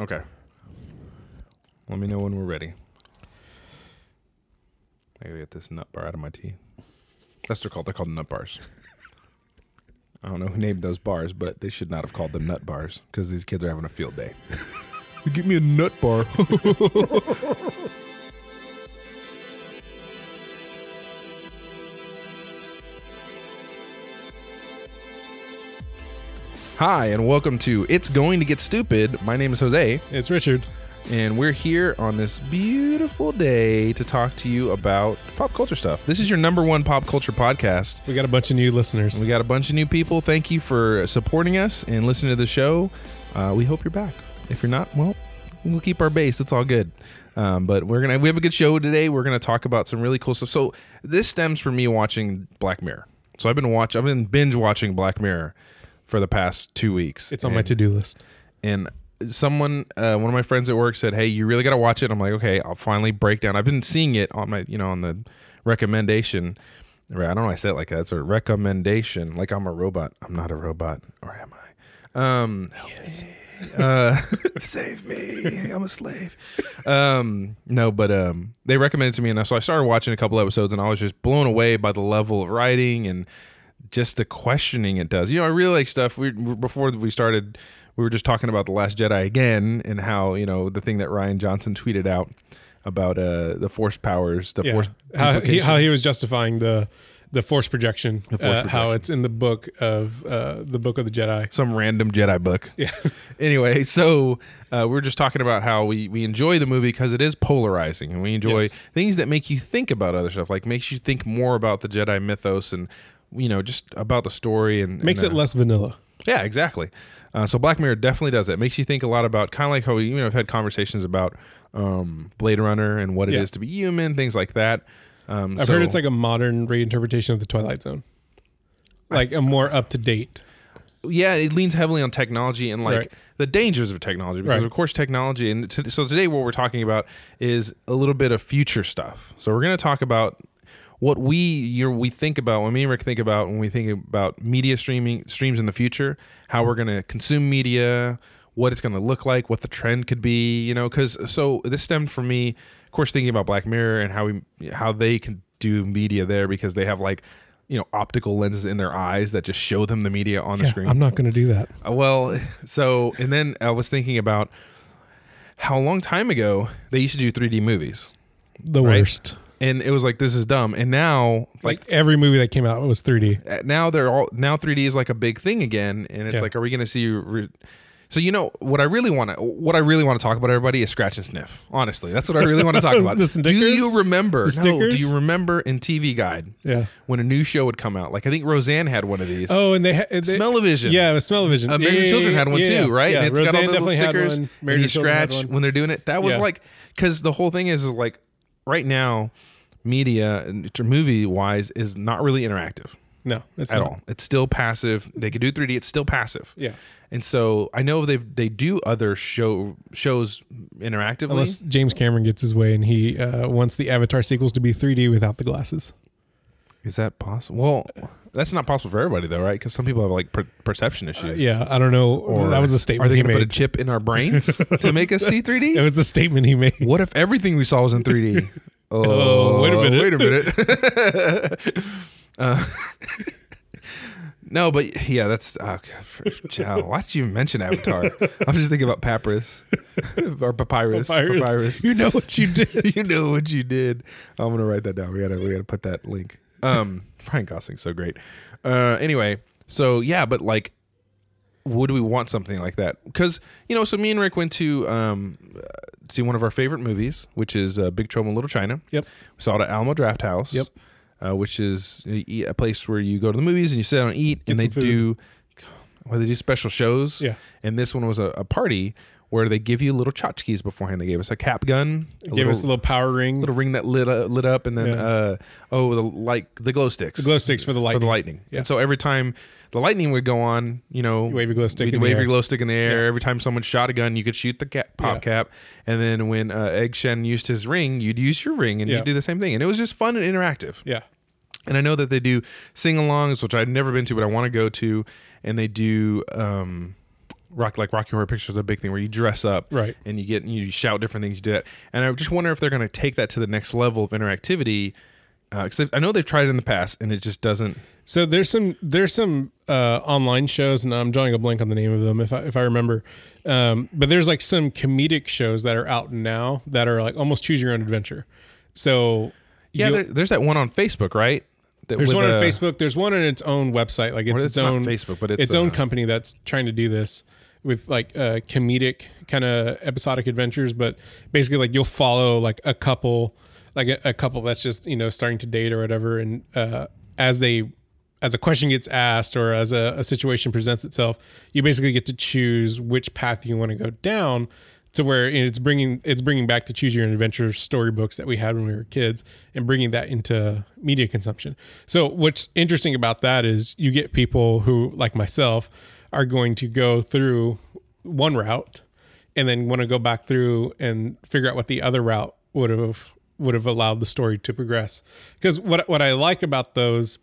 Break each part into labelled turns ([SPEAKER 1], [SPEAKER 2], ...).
[SPEAKER 1] Okay. Let me know when we're ready. I gotta get this nut bar out of my teeth. That's what they're called. They're called nut bars. I don't know who named those bars, but they should not have called them nut bars because these kids are having a field day. Give me a nut bar. Hi, and welcome to It's Going to Get Stupid. My name is Jose.
[SPEAKER 2] It's Richard.
[SPEAKER 1] and we're here on this beautiful day to talk to you about pop culture stuff. This is your number one pop culture podcast.
[SPEAKER 2] We got a bunch of new listeners.
[SPEAKER 1] We got a bunch of new people. Thank you for supporting us and listening to the show. Uh, we hope you're back. If you're not, well, we'll keep our base. It's all good. Um, but we're gonna we have a good show today. We're gonna talk about some really cool stuff. So this stems from me watching Black Mirror. So I've been watch I've been binge watching Black Mirror for the past two weeks.
[SPEAKER 2] It's on my
[SPEAKER 1] And-
[SPEAKER 2] to do list.
[SPEAKER 1] and someone uh, one of my friends at work said hey you really got to watch it i'm like okay i'll finally break down i've been seeing it on my you know on the recommendation Right, i don't know why i said it like that it's a recommendation like i'm a robot i'm not a robot or am i um uh, save me i'm a slave um no but um they recommended it to me and so i started watching a couple episodes and i was just blown away by the level of writing and just the questioning it does you know i really like stuff we before we started we were just talking about the last jedi again and how you know the thing that ryan johnson tweeted out about uh the force powers the force
[SPEAKER 2] How he,
[SPEAKER 1] duplication.
[SPEAKER 2] how he was justifying the the force projection,
[SPEAKER 1] force
[SPEAKER 2] uh, how
[SPEAKER 1] projection.
[SPEAKER 2] it's in the book of uh, the book of the Jedi.
[SPEAKER 1] some random Jedi book.
[SPEAKER 2] Yeah.
[SPEAKER 1] Anyway, so uh, we are just talking about how we, we enjoy the movie because it is polarizing and we enjoy
[SPEAKER 2] Yes.
[SPEAKER 1] things that make you think about other stuff, like makes you think more about the Jedi mythos and, you know, just about the story and
[SPEAKER 2] Makes
[SPEAKER 1] and,
[SPEAKER 2] it
[SPEAKER 1] uh,
[SPEAKER 2] less vanilla.
[SPEAKER 1] yeah, exactly. Uh, so Black Mirror definitely does that. Makes you think a lot about kind of like how we you know have had conversations about um, Blade Runner and what it is
[SPEAKER 2] Yeah.
[SPEAKER 1] to be human, things like that. Um,
[SPEAKER 2] I've
[SPEAKER 1] so-
[SPEAKER 2] heard it's like a modern reinterpretation of the Twilight Zone, like a more up to date.
[SPEAKER 1] yeah, it leans heavily on technology and like
[SPEAKER 2] Right.
[SPEAKER 1] the dangers of technology because
[SPEAKER 2] Right.
[SPEAKER 1] of course technology and t- so today what we're talking about is a little bit of future stuff. So we're going to talk about what we you know, we think about when me and Rick think about when we think about media streaming streams in the future, how we're going to consume media, what it's going to look like, what the trend could be, you know, cuz so this stemmed from me of course thinking about Black Mirror and how we how they can do media there because they have like you know optical lenses in their eyes that just show them the media on the
[SPEAKER 2] Yeah,
[SPEAKER 1] screen.
[SPEAKER 2] I'm not going to do that.
[SPEAKER 1] Uh, Well, so and then I was thinking about how a long time ago they used to do 3D movies,
[SPEAKER 2] The
[SPEAKER 1] Right.
[SPEAKER 2] worst.
[SPEAKER 1] and it was like this is dumb. And now, like
[SPEAKER 2] Like every movie that came out was 3D.
[SPEAKER 1] uh, now they're all now 3D is like a big thing again, and it's
[SPEAKER 2] Yeah.
[SPEAKER 1] like, are we going to see? Re- so you know what I really want to what I really want to talk about everybody is scratch and sniff. Honestly, that's what I really want to talk about.
[SPEAKER 2] The
[SPEAKER 1] do you
[SPEAKER 2] Snickers?
[SPEAKER 1] remember?
[SPEAKER 2] The
[SPEAKER 1] no, do
[SPEAKER 2] Snickers?
[SPEAKER 1] you remember in TV Guide
[SPEAKER 2] Yeah.
[SPEAKER 1] when a new show would come out? Like I think Roseanne had one of these.
[SPEAKER 2] Oh, and they, ha- they
[SPEAKER 1] Smell-o-vision.
[SPEAKER 2] Yeah, it was Smell-O-Vision.
[SPEAKER 1] Uh, Married
[SPEAKER 2] Yeah,
[SPEAKER 1] to
[SPEAKER 2] yeah,
[SPEAKER 1] Children
[SPEAKER 2] yeah,
[SPEAKER 1] had one
[SPEAKER 2] yeah,
[SPEAKER 1] too,
[SPEAKER 2] yeah.
[SPEAKER 1] right?
[SPEAKER 2] Yeah,
[SPEAKER 1] and it's
[SPEAKER 2] Roseanne
[SPEAKER 1] got all the little
[SPEAKER 2] definitely
[SPEAKER 1] stickers.
[SPEAKER 2] had one.
[SPEAKER 1] And
[SPEAKER 2] Married
[SPEAKER 1] you
[SPEAKER 2] to Children had
[SPEAKER 1] scratch
[SPEAKER 2] one.
[SPEAKER 1] when they're doing it. That was
[SPEAKER 2] Yeah.
[SPEAKER 1] like because the whole thing is, is like right now, media and movie wise is not really interactive
[SPEAKER 2] No, it's
[SPEAKER 1] at
[SPEAKER 2] not.
[SPEAKER 1] all. It's still passive. They could do 3D. It's still passive.
[SPEAKER 2] Yeah.
[SPEAKER 1] And so I know they they do other show shows interactively.
[SPEAKER 2] Unless James Cameron gets his way and he uh, wants the Avatar sequels to be 3D without the glasses.
[SPEAKER 1] is that possible? Well, that's not possible for everybody though, right? Because some people have like per- perception issues.
[SPEAKER 2] Uh, Yeah, I don't know. that was a statement
[SPEAKER 1] Are they
[SPEAKER 2] he
[SPEAKER 1] gonna
[SPEAKER 2] made.
[SPEAKER 1] put a chip in our brains to make us see 3D?
[SPEAKER 2] it was the statement he made.
[SPEAKER 1] What if everything we saw was in 3D? Oh,
[SPEAKER 2] wait a minute.
[SPEAKER 1] Wait a minute. Uh, no, but yeah, that's. Oh, God, for- child, why did you mention Avatar? I was just thinking about Papyrus or Papyrus.
[SPEAKER 2] Papyrus. You know what you did.
[SPEAKER 1] you know what you did. I'm gonna write that down. We gotta we gotta put that link. Um, Brian Gosling's so great. Uh, anyway, so yeah, but like, would we want something like that? Because you know, so me and Rick went to um uh, see one of our favorite movies, which is uh, Big Trouble in Little China.
[SPEAKER 2] Yep.
[SPEAKER 1] We saw it at Alamo Draft House.
[SPEAKER 2] Yep.
[SPEAKER 1] Uh, which is a a place where you go to the movies and you sit down and eat, and
[SPEAKER 2] Get
[SPEAKER 1] they
[SPEAKER 2] some
[SPEAKER 1] do, well, they do special shows.
[SPEAKER 2] Yeah.
[SPEAKER 1] And this one was a, a party where they give you little tchotchkes beforehand. They gave us a cap gun, a
[SPEAKER 2] Gave us a little power ring,
[SPEAKER 1] little ring that lit uh, lit up, and then
[SPEAKER 2] Yeah.
[SPEAKER 1] uh, oh, the like the glow sticks, the
[SPEAKER 2] glow sticks for the
[SPEAKER 1] for
[SPEAKER 2] lightning.
[SPEAKER 1] the lightning.
[SPEAKER 2] Yeah.
[SPEAKER 1] And so every time the lightning would go on, you know,
[SPEAKER 2] You wave your glow stick
[SPEAKER 1] you'd
[SPEAKER 2] in the
[SPEAKER 1] wave
[SPEAKER 2] air.
[SPEAKER 1] your glow stick in the air. Every time someone shot a gun, you could shoot the cap, pop
[SPEAKER 2] Yeah.
[SPEAKER 1] cap, and then when uh, Egg Shen used his ring, you'd use your ring, and
[SPEAKER 2] Yeah.
[SPEAKER 1] you'd do the same thing. And it was just fun and interactive.
[SPEAKER 2] Yeah,
[SPEAKER 1] And I know that they do sing-alongs, which I've never been to, but I want to go to. And they do um, rock like Rocky Horror Picture is a big thing where you dress up,
[SPEAKER 2] Right.
[SPEAKER 1] and you get you shout different things, you do that. And I just wonder if they're going to take that to the next level of interactivity. Because I know they've tried it in the past, and it just doesn't.
[SPEAKER 2] So there's some there's some uh, online shows, and I'm drawing a blank on the name of them if I if I remember. Um, but there's like some comedic shows that are out now that are like almost choose your own adventure. So
[SPEAKER 1] Yeah,
[SPEAKER 2] you-
[SPEAKER 1] there, there's that one on Facebook, right? That
[SPEAKER 2] there's
[SPEAKER 1] with,
[SPEAKER 2] one on
[SPEAKER 1] uh,
[SPEAKER 2] Facebook. There's one on its own website. Like it's
[SPEAKER 1] it's
[SPEAKER 2] its
[SPEAKER 1] not
[SPEAKER 2] own
[SPEAKER 1] Facebook, but it's,
[SPEAKER 2] its own
[SPEAKER 1] uh,
[SPEAKER 2] company that's trying to do this with like uh, comedic kind of episodic adventures. But basically, like you'll follow like a couple, like a, a couple that's just you know starting to date or whatever, and uh, as they as a question gets asked or as a, a situation presents itself, you basically get to choose which path you want to go down. To where it's bringing it's bringing back the choose your own adventure storybooks that we had when we were kids and bringing that into media consumption. So what's interesting about that is you get people who like myself are going to go through one route and then want to go back through and figure out what the other route would have would have allowed the story to progress. Because what what I like about those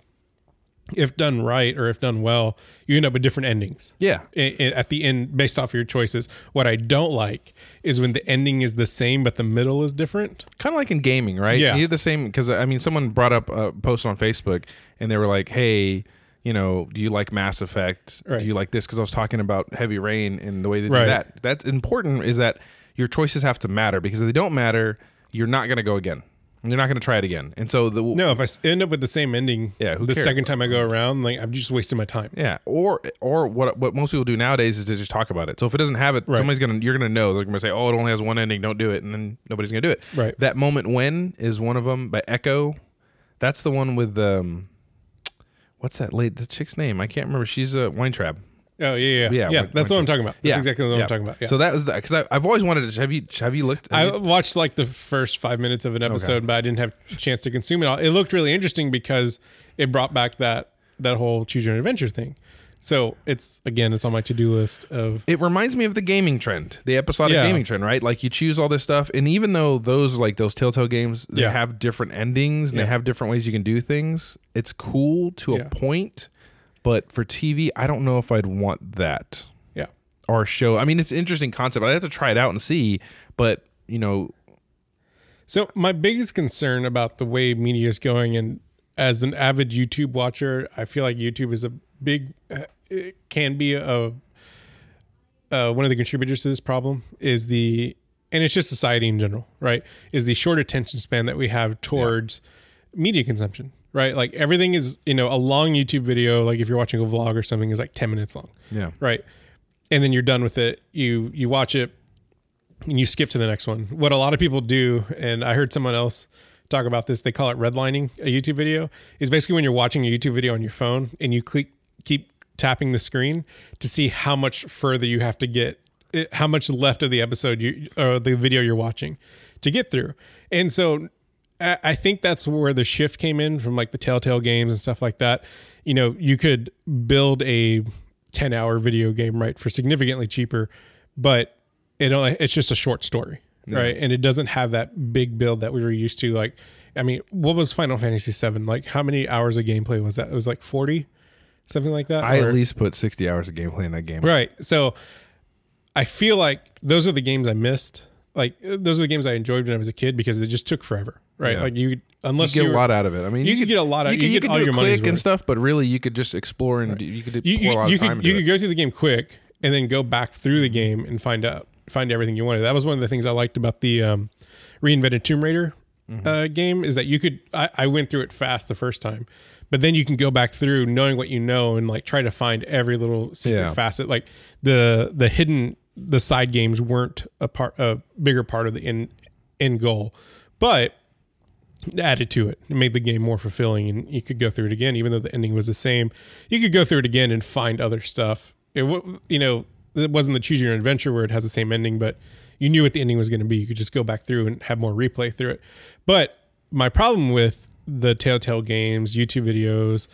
[SPEAKER 2] if done right or if done well, you end up with different endings.
[SPEAKER 1] Yeah,
[SPEAKER 2] I- I- at the end, based off your choices, what I don't like is when the ending is the same but the middle is different.
[SPEAKER 1] kind of like in gaming, right?
[SPEAKER 2] Yeah.
[SPEAKER 1] You had the same because I mean, someone brought up a post on Facebook, and they were like, "Hey, you know, do you like Mass Effect?
[SPEAKER 2] Right.
[SPEAKER 1] Do you like this?" Because I was talking about Heavy Rain and the way they do
[SPEAKER 2] Right.
[SPEAKER 1] that. That's important. Is that your choices have to matter because if they don't matter, you're not going to go again. You're not going to try it again. And so the
[SPEAKER 2] No, if I s- end up with the same ending,
[SPEAKER 1] Yeah, who
[SPEAKER 2] the
[SPEAKER 1] cares?
[SPEAKER 2] second time I go around, like I've just wasted my time.
[SPEAKER 1] Yeah, or or what what most people do nowadays is to just talk about it. So if it doesn't have it, somebody's gonna you're gonna know. They're gonna say, "Oh, it only has one ending. Don't do it," and then nobody's gonna do it.
[SPEAKER 2] Right.
[SPEAKER 1] That moment when is one of them by Echo. That's the one with um, what's that late the chick's name? I can't remember. She's a wine trap.
[SPEAKER 2] Oh
[SPEAKER 1] Yeah,
[SPEAKER 2] yeah, yeah, yeah.
[SPEAKER 1] when-
[SPEAKER 2] that's
[SPEAKER 1] when-
[SPEAKER 2] what I'm talking about. That's exactly what
[SPEAKER 1] yeah.
[SPEAKER 2] I'm talking about. Yeah.
[SPEAKER 1] So that was the because I've always wanted to have you have you looked? have
[SPEAKER 2] I
[SPEAKER 1] you-
[SPEAKER 2] watched like the first five minutes of an episode, but I didn't have a chance to consume it all. It looked really interesting because it brought back that that whole choose your own adventure thing. So it's again, it's on my to do list of
[SPEAKER 1] it reminds me of the gaming trend, the episodic
[SPEAKER 2] Yeah.
[SPEAKER 1] gaming trend, right? Like you choose all this stuff, and even though those like those Telltale games, they
[SPEAKER 2] Yeah.
[SPEAKER 1] have different endings and
[SPEAKER 2] Yeah.
[SPEAKER 1] they have different ways you can do things. It's cool to
[SPEAKER 2] Yeah.
[SPEAKER 1] a point, but for TV, I don't know if I'd want that
[SPEAKER 2] yeah,
[SPEAKER 1] or a show. I mean, it's an interesting concept. I'd have to try it out and see, but you know,
[SPEAKER 2] So my biggest concern about the way media is going, and as an avid YouTube watcher, I feel like YouTube is a big, uh, it can be a uh, one of the contributors to this problem is the, and it's just society in general, right? Is the short attention span that we have towards media consumption, right? Like everything is, you know, a long YouTube video, like if you're watching a vlog or something, is like ten minutes long
[SPEAKER 1] yeah,
[SPEAKER 2] right and then you're done with it you you watch it and you skip to the next one what a lot of people do and i heard someone else talk about this they call it redlining a youtube video is basically when you're watching a youtube video on your phone and you click keep tapping the screen to see how much further you have to get it- how much left of the episode you or the video you're watching to get through and so I I think that's where the shift came in from like the Telltale games and stuff like that. You know, you could build a 10 hour video game, right, for significantly cheaper, but it only, it's just a short story, right? And it doesn't have that big build that we were used to. Like, I mean, what was Final Fantasy VII? Like, how many hours of gameplay was that? It was like 40, something like that.
[SPEAKER 1] I
[SPEAKER 2] or-
[SPEAKER 1] at least put sixty hours of gameplay in that game.
[SPEAKER 2] Right. So I feel like those are the games I missed. Like those are the games I enjoyed when I was a kid because it just took forever, right?
[SPEAKER 1] Yeah.
[SPEAKER 2] Like you, unless
[SPEAKER 1] You
[SPEAKER 2] you
[SPEAKER 1] get a
[SPEAKER 2] were-
[SPEAKER 1] lot out of it. I mean,
[SPEAKER 2] you could get a lot out- you get all
[SPEAKER 1] do it
[SPEAKER 2] your money's
[SPEAKER 1] quick and
[SPEAKER 2] worth.
[SPEAKER 1] stuff, but really, you could just explore and do, you could
[SPEAKER 2] you,
[SPEAKER 1] pour a lot
[SPEAKER 2] you,
[SPEAKER 1] of time.
[SPEAKER 2] could,
[SPEAKER 1] into
[SPEAKER 2] you
[SPEAKER 1] it.
[SPEAKER 2] could go through the game quick and then go back through the game and find out find everything you wanted. That was one of the things I liked about the um, reinvented Tomb Raider
[SPEAKER 1] Mm-hmm.
[SPEAKER 2] uh, game is that you could I, I went through it fast the first time, but then you can go back through knowing what you know and like try to find every little secret
[SPEAKER 1] Yeah.
[SPEAKER 2] facet. Like the the hidden the side games weren't a part a bigger part of the end end goal, but added to it. It made the game more fulfilling, and you could go through it again, even though the ending was the same. You could go through it again and find other stuff. It, wa- you know, it wasn't the choose your own adventure where it has the same ending, but you knew what the ending was going to be. You could just go back through and have more replay through it. But my problem with the Telltale games, YouTube videos,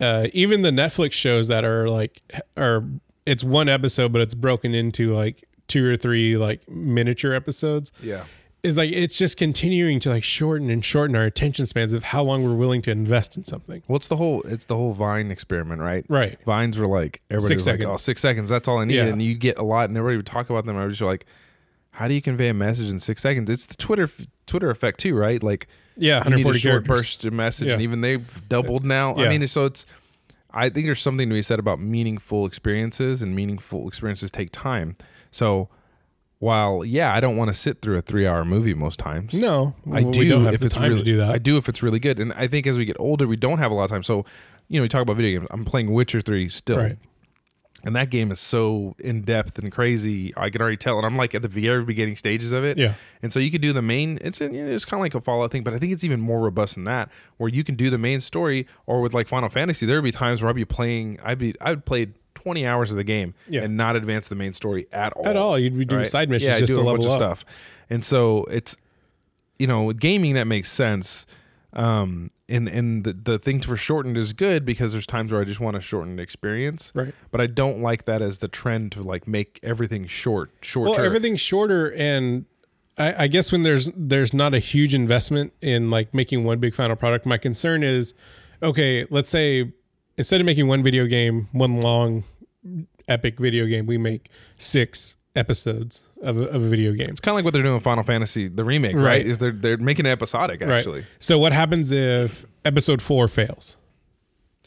[SPEAKER 2] uh, even the Netflix shows that are like are it's one episode, but it's broken into like two or three like miniature episodes
[SPEAKER 1] yeah.
[SPEAKER 2] is like it's just continuing to like shorten and shorten our attention spans of how long we're willing to invest in something.
[SPEAKER 1] What's the whole? It's the whole Vine experiment, right?
[SPEAKER 2] Right.
[SPEAKER 1] Vines were like everybody
[SPEAKER 2] Six
[SPEAKER 1] was like,
[SPEAKER 2] seconds.
[SPEAKER 1] oh, six seconds. That's all I need,
[SPEAKER 2] Yeah.
[SPEAKER 1] and you get a lot, and everybody would talk about them. I was just like, how do you convey a message in six seconds? It's the Twitter Twitter effect too, right? Like
[SPEAKER 2] Yeah,
[SPEAKER 1] you need a
[SPEAKER 2] 140
[SPEAKER 1] short
[SPEAKER 2] characters.
[SPEAKER 1] burst of message,
[SPEAKER 2] Yeah.
[SPEAKER 1] and even they've doubled now. I
[SPEAKER 2] Yeah.
[SPEAKER 1] mean, so it's. I think there's something to be said about meaningful experiences, and meaningful experiences take time. So, while yeah, I don't want to sit through a three-hour movie most times.
[SPEAKER 2] No,
[SPEAKER 1] I
[SPEAKER 2] we
[SPEAKER 1] do
[SPEAKER 2] don't have
[SPEAKER 1] if
[SPEAKER 2] the
[SPEAKER 1] it's
[SPEAKER 2] time
[SPEAKER 1] really,
[SPEAKER 2] to do that.
[SPEAKER 1] I do if it's really good. And I think as we get older, we don't have a lot of time. So, you know, we talk about video games. I'm playing Witcher 3 still.
[SPEAKER 2] Right.
[SPEAKER 1] And that game is so in depth and crazy. I can already tell. And I'm like at the very beginning stages of it.
[SPEAKER 2] Yeah.
[SPEAKER 1] And so you could do the main, it's, in, you know, it's kind of like a Fallout thing, but I think it's even more robust than that, where you can do the main story or with like Final Fantasy, there would be times where I'd be playing, I'd be, I'd played 20 hours of the game
[SPEAKER 2] Yeah.
[SPEAKER 1] and not advance the main story at all.
[SPEAKER 2] At all. You'd be doing side missions
[SPEAKER 1] I
[SPEAKER 2] just
[SPEAKER 1] do
[SPEAKER 2] to
[SPEAKER 1] a bunch
[SPEAKER 2] level
[SPEAKER 1] of
[SPEAKER 2] up.
[SPEAKER 1] stuff. And so it's you know, with gaming that makes sense. Um and and the, the thing for shortened is good because there's times where I just want a shortened experience.
[SPEAKER 2] Right.
[SPEAKER 1] But I don't like that as the trend to like make everything short, shorter.
[SPEAKER 2] well, everything's shorter, and I, I guess when there's there's not a huge investment in like making one big final product, my concern is, okay, let's say instead of making one video game, one long epic video game, we make six episodes of a, of a video game.
[SPEAKER 1] It's kind of like what they're doing with Final Fantasy the remake, right?
[SPEAKER 2] Right.
[SPEAKER 1] Is they're they're making it episodic actually.
[SPEAKER 2] Right. So what happens if episode four fails?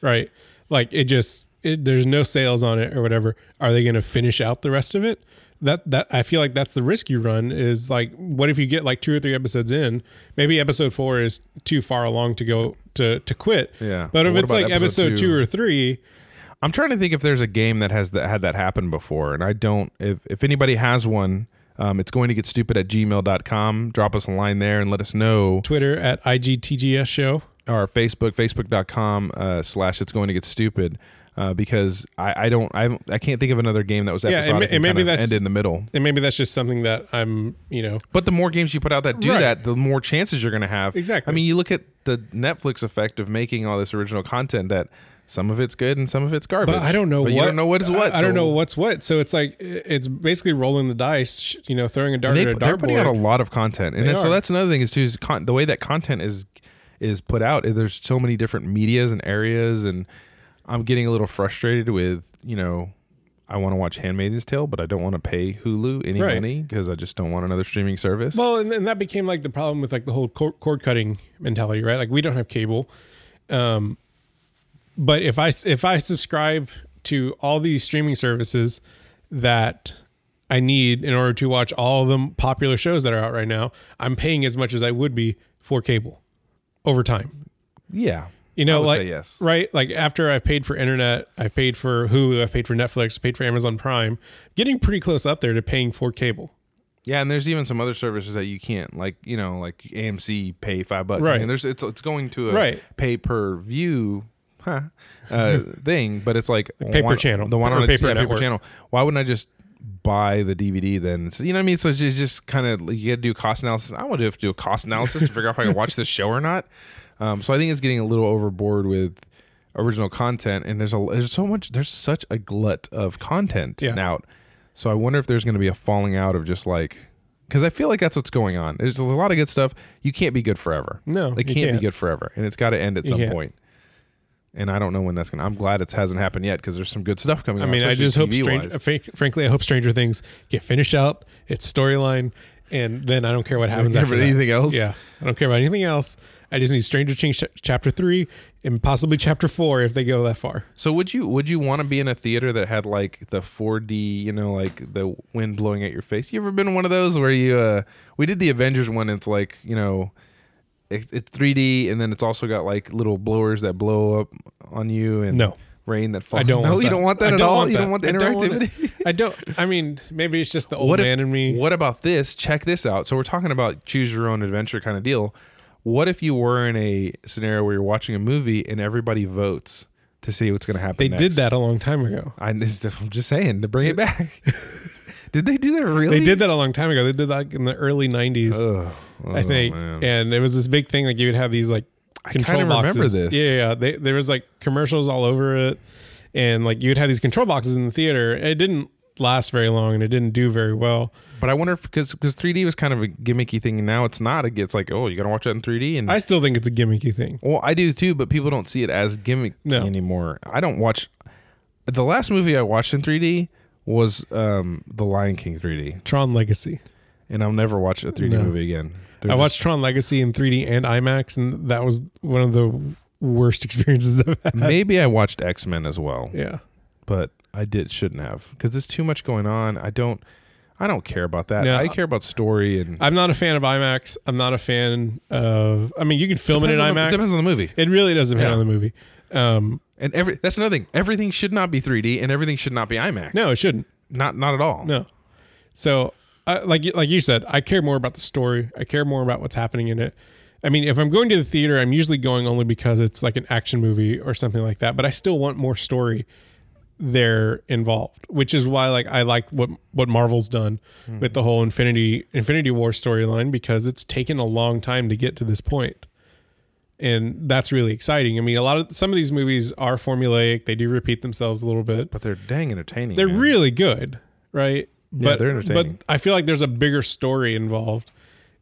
[SPEAKER 2] Right. Like it just it, there's no sales on it or whatever. Are they going to finish out the rest of it? That that I feel like that's the risk you run is like what if you get like two or three episodes in? Maybe episode four is too far along to go to to quit.
[SPEAKER 1] Yeah.
[SPEAKER 2] But if
[SPEAKER 1] What
[SPEAKER 2] it's
[SPEAKER 1] about
[SPEAKER 2] like
[SPEAKER 1] episode
[SPEAKER 2] episode
[SPEAKER 1] two?
[SPEAKER 2] two or three,
[SPEAKER 1] I'm trying to think if there's a game that has that had that happen before, and I don't. If if anybody has one, um, it's going to get stupid at gmail.com. Drop us a line there and let us know.
[SPEAKER 2] Twitter at IGTGS show.
[SPEAKER 1] Or Facebook, facebook.com uh, slash it's going to get stupid. Uh, because I, I don't I don't- I can't think of another game that was
[SPEAKER 2] and
[SPEAKER 1] episodic
[SPEAKER 2] ma-
[SPEAKER 1] and,
[SPEAKER 2] and maybe
[SPEAKER 1] kind of
[SPEAKER 2] that's-
[SPEAKER 1] end in the middle.
[SPEAKER 2] And maybe that's just something that I'm, you know,
[SPEAKER 1] But the more games you put out that do
[SPEAKER 2] Right.
[SPEAKER 1] that, the more chances you're going to have.
[SPEAKER 2] Exactly.
[SPEAKER 1] I mean, you look at the Netflix effect of making all this original content that some of it's good and some of it's garbage.
[SPEAKER 2] But I don't know
[SPEAKER 1] But
[SPEAKER 2] what
[SPEAKER 1] you don't know what is what.
[SPEAKER 2] I, I don't
[SPEAKER 1] so-
[SPEAKER 2] know what's what. So it's like it's basically rolling the dice, sh- you know, throwing a dart
[SPEAKER 1] And
[SPEAKER 2] at a
[SPEAKER 1] they, are putting out a
[SPEAKER 2] dartboard.
[SPEAKER 1] lot of content, and
[SPEAKER 2] They
[SPEAKER 1] then- so
[SPEAKER 2] are.
[SPEAKER 1] that's another thing is too is con- the way that content is is put out. eh, There's so many different medias and areas, and I'm getting a little frustrated with you know I want to watch Handmaid's Tale, but I don't want to pay Hulu any
[SPEAKER 2] Right.
[SPEAKER 1] money because I just don't want another streaming service.
[SPEAKER 2] Well, and, and that became like the problem with like the whole cord, cord cutting mentality, right? Like we don't have cable, um, but if I s- if I subscribe to all these streaming services that I need in order to watch all the popular shows that are out right now, I'm paying as much as I would be for cable over time.
[SPEAKER 1] yeah,
[SPEAKER 2] You know,
[SPEAKER 1] I would
[SPEAKER 2] like
[SPEAKER 1] say yes.
[SPEAKER 2] right, like after I paid for internet, I paid for Hulu, I paid for Netflix, I paid for Amazon Prime, getting pretty close up there to paying for cable.
[SPEAKER 1] Yeah, and there's even some other services that you can't, like you know, like AMC pay five bucks.
[SPEAKER 2] Right.
[SPEAKER 1] And there's it's it's going to a
[SPEAKER 2] Right.
[SPEAKER 1] pay per view, huh, uh, thing, but it's like
[SPEAKER 2] pay per
[SPEAKER 1] why-
[SPEAKER 2] channel,
[SPEAKER 1] the one
[SPEAKER 2] or
[SPEAKER 1] on a
[SPEAKER 2] pay per
[SPEAKER 1] yeah, pay per
[SPEAKER 2] network.
[SPEAKER 1] channel. Why wouldn't I just buy the DVD then? So, you know what I mean? So it's just, kind of you got to do cost analysis. I want to have to do a cost analysis to figure out if I can watch this show or not. Um, so I think it's getting a little overboard with original content, and there's a there's so much there's such a glut of content
[SPEAKER 2] Yeah.
[SPEAKER 1] out. So I wonder if there's going to be a falling out of just like because I feel like that's what's going on. There's a lot of good stuff. You can't be good forever.
[SPEAKER 2] No,
[SPEAKER 1] it
[SPEAKER 2] you
[SPEAKER 1] can't, be
[SPEAKER 2] can't.
[SPEAKER 1] good forever, and it's got to end at some
[SPEAKER 2] can't.
[SPEAKER 1] point. And I don't know when that's going. to... I'm glad it hasn't happened yet because there's some good stuff coming.
[SPEAKER 2] I mean, I just hope Stranger. fran- Frankly, I hope Stranger Things get finished out its storyline, and then I don't care what happens
[SPEAKER 1] care
[SPEAKER 2] after
[SPEAKER 1] about
[SPEAKER 2] that.
[SPEAKER 1] anything else?
[SPEAKER 2] Yeah, I don't care about anything else. I just need Stranger Things ch- chapter three and possibly chapter four if they go that far.
[SPEAKER 1] So would you would you want to be in a theater that had like the 4D, you know, like the wind blowing at your face? You ever been in one of those where you uh we did the Avengers one, it's like, you know, it, it's 3D and then it's also got like little blowers that blow up on you and
[SPEAKER 2] No.
[SPEAKER 1] rain that falls.
[SPEAKER 2] I don't.
[SPEAKER 1] No,
[SPEAKER 2] want
[SPEAKER 1] you
[SPEAKER 2] that.
[SPEAKER 1] don't want that
[SPEAKER 2] I
[SPEAKER 1] at
[SPEAKER 2] don't
[SPEAKER 1] all.
[SPEAKER 2] want
[SPEAKER 1] you
[SPEAKER 2] that.
[SPEAKER 1] don't want the
[SPEAKER 2] I don't want
[SPEAKER 1] interactivity.
[SPEAKER 2] it. I don't. I mean, maybe it's just the old
[SPEAKER 1] What if-
[SPEAKER 2] man in me.
[SPEAKER 1] What about this? Check this out. So we're talking about choose your own adventure kind of deal. What if you were in a scenario where you're watching a movie and everybody votes to see what's going to happen?
[SPEAKER 2] they
[SPEAKER 1] next?
[SPEAKER 2] did that a long time ago.
[SPEAKER 1] I just, I'm just saying to bring it back. did they do that really?
[SPEAKER 2] They did that a long time ago. They did that like, in the early '90s,
[SPEAKER 1] Ugh.
[SPEAKER 2] I
[SPEAKER 1] Oh,
[SPEAKER 2] think,
[SPEAKER 1] man.
[SPEAKER 2] and it was this big thing. Like you would have these like control
[SPEAKER 1] kinda remember
[SPEAKER 2] boxes.
[SPEAKER 1] this.
[SPEAKER 2] Yeah, yeah. yeah. They, there was like commercials all over it, and like you'd have these control boxes in the theater. It didn't last very long, and it didn't do very well.
[SPEAKER 1] but But I wonder if because because 3D was kind of a gimmicky thing. and Now it's not. It gets like, oh, you gotta watch it in 3D. And
[SPEAKER 2] I still think it's a gimmicky thing.
[SPEAKER 1] well, I do too, but people don't see it as gimmicky
[SPEAKER 2] No.
[SPEAKER 1] anymore. I don't watch. The last movie I watched in 3D was um the Lion King 3D,
[SPEAKER 2] Tron Legacy.
[SPEAKER 1] and I'll never watch a 3D
[SPEAKER 2] No.
[SPEAKER 1] movie again. They're
[SPEAKER 2] I
[SPEAKER 1] just-
[SPEAKER 2] watched Tron Legacy in 3D and IMAX, and that was one of the worst experiences I've had.
[SPEAKER 1] Maybe I watched X Men as well.
[SPEAKER 2] Yeah.
[SPEAKER 1] but I did shouldn't have because there's too much going on. I don't, I don't care about that.
[SPEAKER 2] Yeah.
[SPEAKER 1] I care about story and
[SPEAKER 2] I'm not a fan of IMAX. I'm not a fan of. I mean, you can film
[SPEAKER 1] depends
[SPEAKER 2] it in
[SPEAKER 1] on the-
[SPEAKER 2] IMAX.
[SPEAKER 1] depends on the movie.
[SPEAKER 2] it really does depend
[SPEAKER 1] Yeah.
[SPEAKER 2] on the movie. Um,
[SPEAKER 1] And every that's another thing. Everything should not be 3D and everything should not be IMAX.
[SPEAKER 2] no, it shouldn't.
[SPEAKER 1] not not at all.
[SPEAKER 2] No. So, I, like you- like you said, I care more about the story. I care more about what's happening in it. I mean, if I'm going to the theater, I'm usually going only because it's like an action movie or something like that. But I still want more story there involved, which is why like I like what what Marvel's done with the whole Infinity Infinity War storyline because it's taken a long time to get to this point. And that's really exciting. I mean, a lot of some of these movies are formulaic. They do repeat themselves a little bit.
[SPEAKER 1] but they're dang entertaining.
[SPEAKER 2] They're
[SPEAKER 1] man.
[SPEAKER 2] really good, right? but
[SPEAKER 1] they're entertaining.
[SPEAKER 2] But I feel like there's a bigger story involved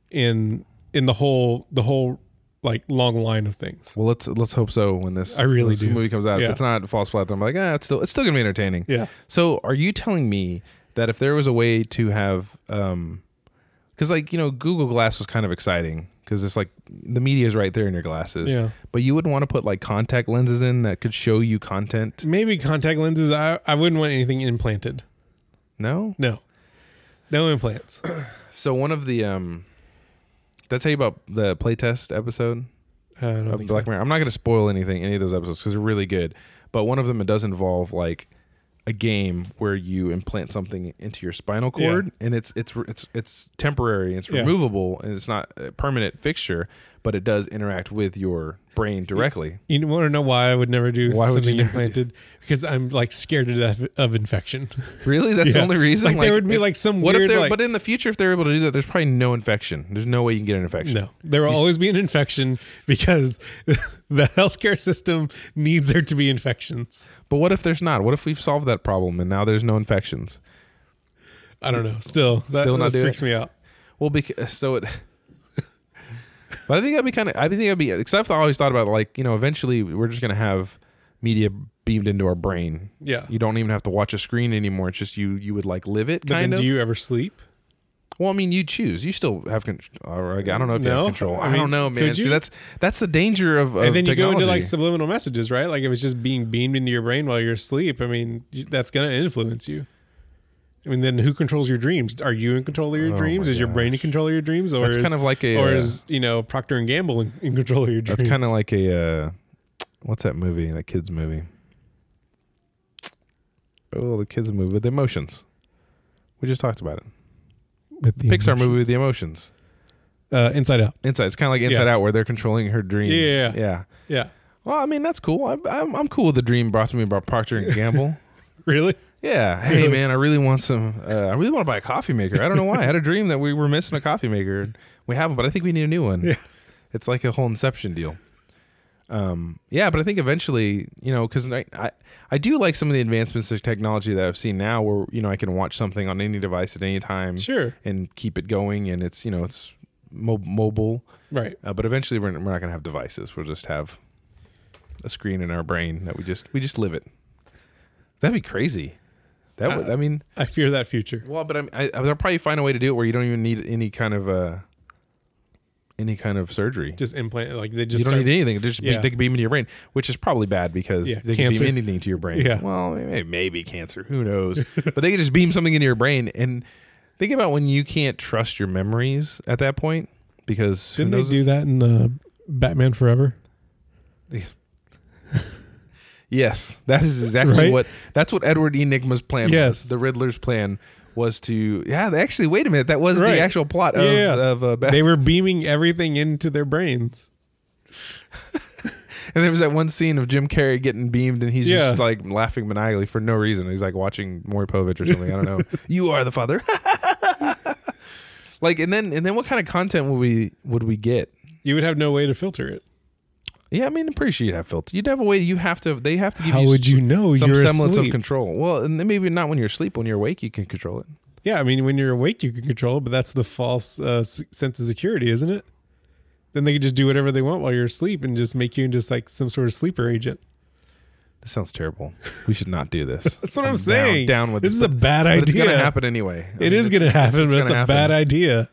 [SPEAKER 2] in in the whole the whole like long line of things.
[SPEAKER 1] Well, let's let's hope so when this
[SPEAKER 2] I really
[SPEAKER 1] when this
[SPEAKER 2] do.
[SPEAKER 1] movie comes out. If
[SPEAKER 2] Yeah.
[SPEAKER 1] it's not it falls flat, then I'm like, ah, it's still it's still gonna be entertaining.
[SPEAKER 2] Yeah.
[SPEAKER 1] So are you telling me that if there was a way to have um because like, you know, Google Glass was kind of exciting because it's like the media is right there in your glasses.
[SPEAKER 2] Yeah.
[SPEAKER 1] But you wouldn't want to put like contact lenses in that could show you content.
[SPEAKER 2] Maybe contact lenses. I I wouldn't want anything implanted.
[SPEAKER 1] No?
[SPEAKER 2] No. No implants.
[SPEAKER 1] So one of the um did I tell you about the playtest episode
[SPEAKER 2] I don't
[SPEAKER 1] of
[SPEAKER 2] think
[SPEAKER 1] Black
[SPEAKER 2] so.
[SPEAKER 1] Mirror? I'm not gonna spoil anything, any of those episodes because they're really good. But one of them it does involve like a game where you implant something into your spinal
[SPEAKER 2] Yeah.
[SPEAKER 1] cord and it's it's it's it's temporary it's
[SPEAKER 2] Yeah.
[SPEAKER 1] removable and it's not a permanent fixture but it does interact with your brain directly
[SPEAKER 2] You want to know why I would never do
[SPEAKER 1] Why would you never
[SPEAKER 2] something
[SPEAKER 1] do-
[SPEAKER 2] implanted? Because I'm like scared to death of infection.
[SPEAKER 1] really that's the
[SPEAKER 2] Yeah.
[SPEAKER 1] only reason
[SPEAKER 2] Like, there would be, like, some
[SPEAKER 1] what if
[SPEAKER 2] weird,
[SPEAKER 1] they're
[SPEAKER 2] like-
[SPEAKER 1] but in the future if they're able to do that there's probably no infection there's no way you can get an infection
[SPEAKER 2] No, there will always be an infection because the healthcare system needs there to be infections.
[SPEAKER 1] but what if there's not what if we've solved that problem and now there's no infections
[SPEAKER 2] I don't know. Still, that,
[SPEAKER 1] Still not
[SPEAKER 2] that
[SPEAKER 1] do it?
[SPEAKER 2] freaks me out.
[SPEAKER 1] Well, because so it. but I think I'd be kind of. I think I'd be because I've always thought about like you know eventually we're just gonna have media beamed into our brain.
[SPEAKER 2] Yeah.
[SPEAKER 1] You don't even have to watch a screen anymore. It's just you. You would like live it.
[SPEAKER 2] But
[SPEAKER 1] kind
[SPEAKER 2] then
[SPEAKER 1] of.
[SPEAKER 2] do you ever sleep?
[SPEAKER 1] well, I mean, you choose. You still have control. Or, I don't know if you have
[SPEAKER 2] No?
[SPEAKER 1] control.
[SPEAKER 2] I
[SPEAKER 1] I, don't
[SPEAKER 2] mean,
[SPEAKER 1] know, man.
[SPEAKER 2] could
[SPEAKER 1] See,
[SPEAKER 2] you?
[SPEAKER 1] that's that's the danger of. of
[SPEAKER 2] and then you go
[SPEAKER 1] technology.
[SPEAKER 2] into like subliminal messages, right? Like if it's just being beamed into your brain while you're asleep, I mean, you- that's going to influence you. I mean, then who controls your dreams? Are you in control of your
[SPEAKER 1] Oh
[SPEAKER 2] dreams?
[SPEAKER 1] my
[SPEAKER 2] Is your brain in
[SPEAKER 1] gosh.
[SPEAKER 2] control of your dreams, or
[SPEAKER 1] That's
[SPEAKER 2] is,
[SPEAKER 1] kind of like a.
[SPEAKER 2] or
[SPEAKER 1] uh,
[SPEAKER 2] is you know Procter and Gamble in, in control of your dreams?
[SPEAKER 1] that's kind of like a. Uh, what's that movie? That kids movie. Oh, the kids movie with emotions. We just talked about it.
[SPEAKER 2] with the
[SPEAKER 1] Pixar movie with the emotions.
[SPEAKER 2] uh, Inside Out.
[SPEAKER 1] Inside. It's kind of like Inside
[SPEAKER 2] Yes.
[SPEAKER 1] Out, where they're controlling her dreams.
[SPEAKER 2] Yeah, yeah,
[SPEAKER 1] yeah.
[SPEAKER 2] Yeah,
[SPEAKER 1] Well, I mean, that's cool. I, I'm, I'm cool with the dream brought to me by Procter and Gamble.
[SPEAKER 2] really?
[SPEAKER 1] yeah. Hey, man, I really want some. Uh, I really want to buy a coffee maker. I don't know why. I had a dream that we were missing a coffee maker. We have one, but I think we need a new one.
[SPEAKER 2] Yeah.
[SPEAKER 1] It's like a whole Inception deal. Um, yeah, but I think eventually, you know, because I, I I do like some of the advancements of technology that I've seen now, where you know I can watch something on any device at any time
[SPEAKER 2] Sure.
[SPEAKER 1] and keep it going, and it's you know it's mo- mobile.
[SPEAKER 2] Right.
[SPEAKER 1] Uh, but eventually, we're, we're not going to have devices. We'll just have a screen in our brain that we just we just live it. That'd be crazy. That would.
[SPEAKER 2] Uh,
[SPEAKER 1] I mean,
[SPEAKER 2] I fear that future.
[SPEAKER 1] well, but I'm, I, they'll probably find a way to do it where you don't even need any kind of uh, any kind of surgery.
[SPEAKER 2] Just implant like they just
[SPEAKER 1] You don't
[SPEAKER 2] start-
[SPEAKER 1] need anything. They just be-
[SPEAKER 2] Yeah.
[SPEAKER 1] they can beam into your brain, which is probably bad because
[SPEAKER 2] Yeah,
[SPEAKER 1] they
[SPEAKER 2] cancer.
[SPEAKER 1] can beam anything to your brain.
[SPEAKER 2] Yeah.
[SPEAKER 1] Well, maybe, maybe cancer. Who knows? but they can just beam something into your brain and think about when you can't trust your memories at that point because who
[SPEAKER 2] Didn't they
[SPEAKER 1] knows-
[SPEAKER 2] do that in uh, Batman Forever?
[SPEAKER 1] Yes, that is exactly
[SPEAKER 2] Right?
[SPEAKER 1] what that's what Edward Enigma's plan.
[SPEAKER 2] Yes.
[SPEAKER 1] was. the Riddler's plan was to yeah. they- Actually, wait a minute, that was
[SPEAKER 2] Right.
[SPEAKER 1] the actual plot of
[SPEAKER 2] Yeah.
[SPEAKER 1] of uh, Bat-
[SPEAKER 2] They were beaming everything into their brains.
[SPEAKER 1] and there was that one scene of Jim Carrey getting beamed, and he's just
[SPEAKER 2] Yeah.
[SPEAKER 1] like laughing maniacally for no reason. He's like watching Maury Povich or something. I don't know. you are the father. like and then and then what kind of content would we would we get?
[SPEAKER 2] You would have no way to filter it.
[SPEAKER 1] Yeah, I mean, I'm pretty sure you'd have filter. You'd have a way. You have to. They have to give
[SPEAKER 2] How
[SPEAKER 1] you
[SPEAKER 2] would you know
[SPEAKER 1] some
[SPEAKER 2] you're
[SPEAKER 1] semblance
[SPEAKER 2] asleep?
[SPEAKER 1] of control. Well, and then maybe not when you're asleep. When you're awake, you can control it.
[SPEAKER 2] Yeah, I mean, when you're awake, you can control it, but that's the false uh, s- sense of security, isn't it? Then they can just do whatever they want while you're asleep and just make you into just like some sort of sleeper agent.
[SPEAKER 1] This sounds terrible. We should not do this.
[SPEAKER 2] That's what I'm,
[SPEAKER 1] down-
[SPEAKER 2] saying.
[SPEAKER 1] Down, with
[SPEAKER 2] this is a bad idea.
[SPEAKER 1] But it's gonna happen anyway. I
[SPEAKER 2] It
[SPEAKER 1] mean,
[SPEAKER 2] is gonna happen, but it's a
[SPEAKER 1] gonna happen.
[SPEAKER 2] bad idea.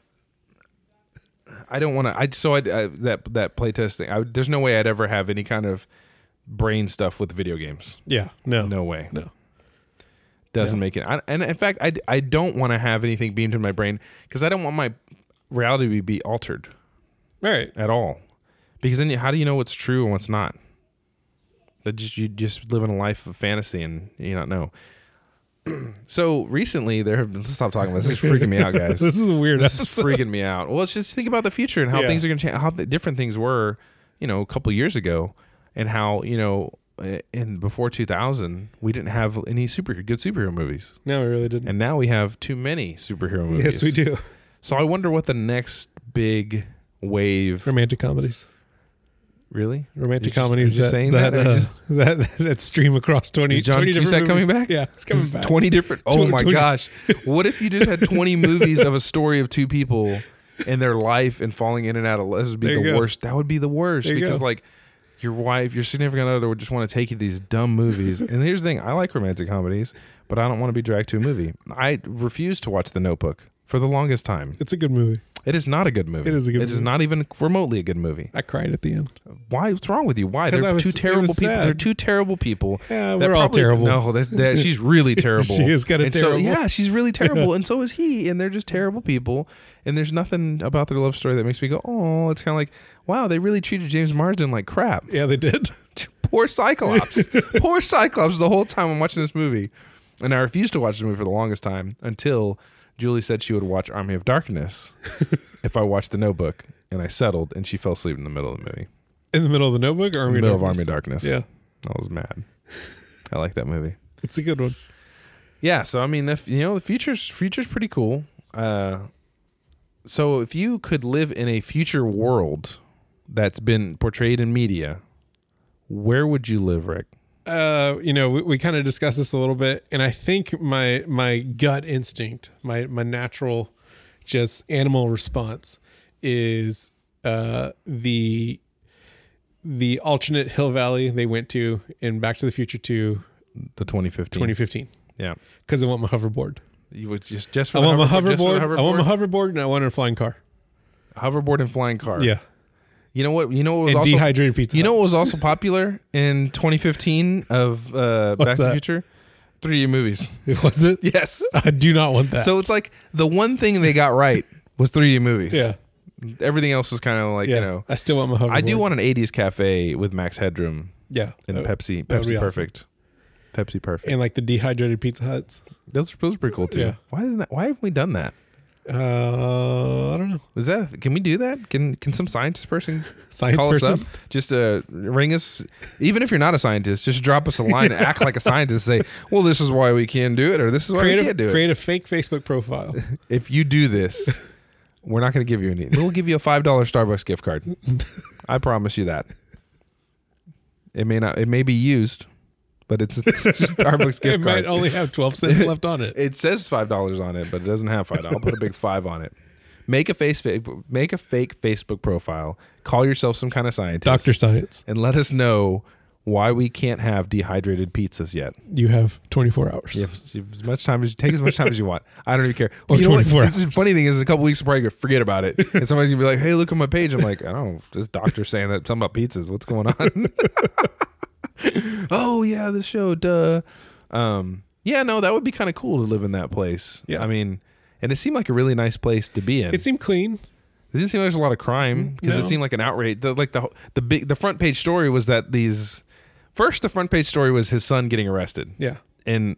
[SPEAKER 1] I don't want to. I so I, I that that playtest thing. I, there's no way I'd ever have any kind of brain stuff with video games.
[SPEAKER 2] Yeah, no,
[SPEAKER 1] No way.
[SPEAKER 2] No.
[SPEAKER 1] Doesn't make it. I, and in fact, I, I don't want to have anything beamed in my brain because I don't want my reality to be altered
[SPEAKER 2] All right,
[SPEAKER 1] at all. Because then, you- how do you know what's true and what's not? That just you just live in a life of fantasy and you not know. so recently, there have been. Let's stop talking about this. This is freaking me out, guys.
[SPEAKER 2] this is a weird
[SPEAKER 1] This is
[SPEAKER 2] episode.
[SPEAKER 1] freaking me out. Well, let's just think about the future and how
[SPEAKER 2] Yeah.
[SPEAKER 1] things are going to change, how the different things were, you know, a couple years ago, and how you know, i- in before 2000, we didn't have any super good superhero movies,
[SPEAKER 2] No, we really didn't.
[SPEAKER 1] and now we have too many superhero movies.
[SPEAKER 2] Yes, we do.
[SPEAKER 1] So I wonder what the next big wave.
[SPEAKER 2] Romantic comedies.
[SPEAKER 1] Really?
[SPEAKER 2] Romantic
[SPEAKER 1] You're just- you're
[SPEAKER 2] comedies.
[SPEAKER 1] just
[SPEAKER 2] that,
[SPEAKER 1] saying
[SPEAKER 2] that,
[SPEAKER 1] that, or
[SPEAKER 2] uh,
[SPEAKER 1] just-
[SPEAKER 2] that that stream across 20,
[SPEAKER 1] Is John
[SPEAKER 2] 20 different
[SPEAKER 1] Cusack coming
[SPEAKER 2] movies.
[SPEAKER 1] back?
[SPEAKER 2] Yeah, it's coming back.
[SPEAKER 1] 20 different oh
[SPEAKER 2] Tw-
[SPEAKER 1] my
[SPEAKER 2] 20
[SPEAKER 1] gosh what if you just had 20 movies of a story of two people and their life and falling in and out of love would be
[SPEAKER 2] There you
[SPEAKER 1] the
[SPEAKER 2] go.
[SPEAKER 1] worst that would be the worst
[SPEAKER 2] There you
[SPEAKER 1] because
[SPEAKER 2] go.
[SPEAKER 1] like your wife your significant other would just want to take you to these dumb movies and here's the thing i like romantic comedies but i don't want to be dragged to a movie i refuse to watch the notebook for the longest time
[SPEAKER 2] It's a good movie.
[SPEAKER 1] it is not a good movie
[SPEAKER 2] It is a good
[SPEAKER 1] it is
[SPEAKER 2] movie.
[SPEAKER 1] not even remotely a good movie
[SPEAKER 2] I cried at the end.
[SPEAKER 1] why what's wrong with you why
[SPEAKER 2] 'Cause
[SPEAKER 1] they're
[SPEAKER 2] I was-
[SPEAKER 1] two
[SPEAKER 2] it
[SPEAKER 1] terrible
[SPEAKER 2] was
[SPEAKER 1] people
[SPEAKER 2] sad.
[SPEAKER 1] they're two terrible people
[SPEAKER 2] Yeah,
[SPEAKER 1] that
[SPEAKER 2] we're all
[SPEAKER 1] probably-
[SPEAKER 2] terrible.
[SPEAKER 1] No, that, that she's really terrible.
[SPEAKER 2] She is kinda
[SPEAKER 1] And
[SPEAKER 2] terrible.
[SPEAKER 1] So, yeah, she's really terrible, and so is he, and they're just terrible people. And there's nothing about their love story that makes me go, oh, it's kind of like, wow, they really treated James Marsden like crap.
[SPEAKER 2] Yeah, they did.
[SPEAKER 1] Poor Cyclops. Poor Cyclops. The whole time I'm watching this movie, and I refused to watch the movie for the longest time until Julie said she would watch Army of Darkness if I watched The Notebook, and I settled, and she fell asleep in the middle of the movie,
[SPEAKER 2] In the middle of the notebook
[SPEAKER 1] in the
[SPEAKER 2] or Army
[SPEAKER 1] middle
[SPEAKER 2] of
[SPEAKER 1] of Army of
[SPEAKER 2] Darkness?
[SPEAKER 1] Darkness.
[SPEAKER 2] Yeah,
[SPEAKER 1] I was mad. I like that movie.
[SPEAKER 2] it's a good one.
[SPEAKER 1] Yeah, so I mean, the, f- you know, the future's future's pretty cool. Uh, so if you could live in a future world that's been portrayed in media, where would you live, Rick?
[SPEAKER 2] uh, you know, we, we kind of discussed this a little bit, and I think my my gut instinct, my my natural, just animal response, is uh, the the alternate hill valley they went to in Back to the Future to
[SPEAKER 1] The 2015.
[SPEAKER 2] 2015
[SPEAKER 1] Yeah,
[SPEAKER 2] because I want my hoverboard.
[SPEAKER 1] you would just just for
[SPEAKER 2] I
[SPEAKER 1] the
[SPEAKER 2] want my
[SPEAKER 1] hoverboard, just for the
[SPEAKER 2] hoverboard. I want my hoverboard, and I want a flying car.
[SPEAKER 1] hoverboard, hoverboard and flying car.
[SPEAKER 2] Yeah,
[SPEAKER 1] you know what? You know what was
[SPEAKER 2] and
[SPEAKER 1] also
[SPEAKER 2] dehydrated pizza.
[SPEAKER 1] you know what was also popular in 2015 of uh, Back to the
[SPEAKER 2] that?
[SPEAKER 1] Future, 3D movies.
[SPEAKER 2] Hut. was it?
[SPEAKER 1] Yes.
[SPEAKER 2] I do not want that.
[SPEAKER 1] So it's like the one thing they got right was 3D movies.
[SPEAKER 2] yeah,
[SPEAKER 1] Everything else was kind of like
[SPEAKER 2] yeah.
[SPEAKER 1] you know
[SPEAKER 2] I still want my hoverboard.
[SPEAKER 1] I do want an 80s cafe with Max Headroom
[SPEAKER 2] yeah,
[SPEAKER 1] and
[SPEAKER 2] Uh,
[SPEAKER 1] Pepsi.
[SPEAKER 2] that would be
[SPEAKER 1] Pepsi
[SPEAKER 2] awesome.
[SPEAKER 1] Perfect. Pepsi Perfect.
[SPEAKER 2] and like the dehydrated Pizza Huts.
[SPEAKER 1] Those are, those are pretty cool too.
[SPEAKER 2] Yeah.
[SPEAKER 1] Why isn't that? Why haven't we done that?
[SPEAKER 2] Uh, I don't know.
[SPEAKER 1] Is that? Can we do that? Can Can some scientist person
[SPEAKER 2] Science
[SPEAKER 1] call
[SPEAKER 2] person.
[SPEAKER 1] us up? Just uh, ring us. Even if you're not a scientist, just drop us a line and act like a scientist. Say, well, this is why we can do it, or this is why
[SPEAKER 2] Create
[SPEAKER 1] we
[SPEAKER 2] a,
[SPEAKER 1] can't do
[SPEAKER 2] create a fake Facebook profile.
[SPEAKER 1] it. If you do this, we're not going to give you any. We'll give you a five dollar Starbucks gift card. I promise you that. It may not. It may be used, but it's, it's just Starbucks gift
[SPEAKER 2] it
[SPEAKER 1] card.
[SPEAKER 2] might only have 12 cents left on it.
[SPEAKER 1] It says five dollars on it, but it doesn't have five. I'll put a big five on it. Make a face, make a fake Facebook profile. Call yourself some kind of scientist,
[SPEAKER 2] Dr. Science,
[SPEAKER 1] and let us know why we can't have dehydrated pizzas yet.
[SPEAKER 2] you have 24 hours.
[SPEAKER 1] If, if as much time as you take as much time as you want. I don't even care.
[SPEAKER 2] Or
[SPEAKER 1] You know what?
[SPEAKER 2] 24
[SPEAKER 1] This is-
[SPEAKER 2] Oh, hours.
[SPEAKER 1] funny thing is, in a couple weeks, I'm probably gonna forget about it, and somebody's gonna be like, "Hey, look at my page." I'm like, "I don't. know. This doctor saying that something about pizzas. What's going on?" oh yeah, the show. Duh. Um, yeah, no, that would be kind of cool to live in that place.
[SPEAKER 2] Yeah.
[SPEAKER 1] I mean, and it seemed like a really nice place to be in.
[SPEAKER 2] It seemed clean.
[SPEAKER 1] It didn't seem like there's a lot of crime because it
[SPEAKER 2] No.
[SPEAKER 1] seemed like an outrage. The, like the whole- the big the front page story was that these first the front page story was his son getting arrested,
[SPEAKER 2] Yeah.
[SPEAKER 1] and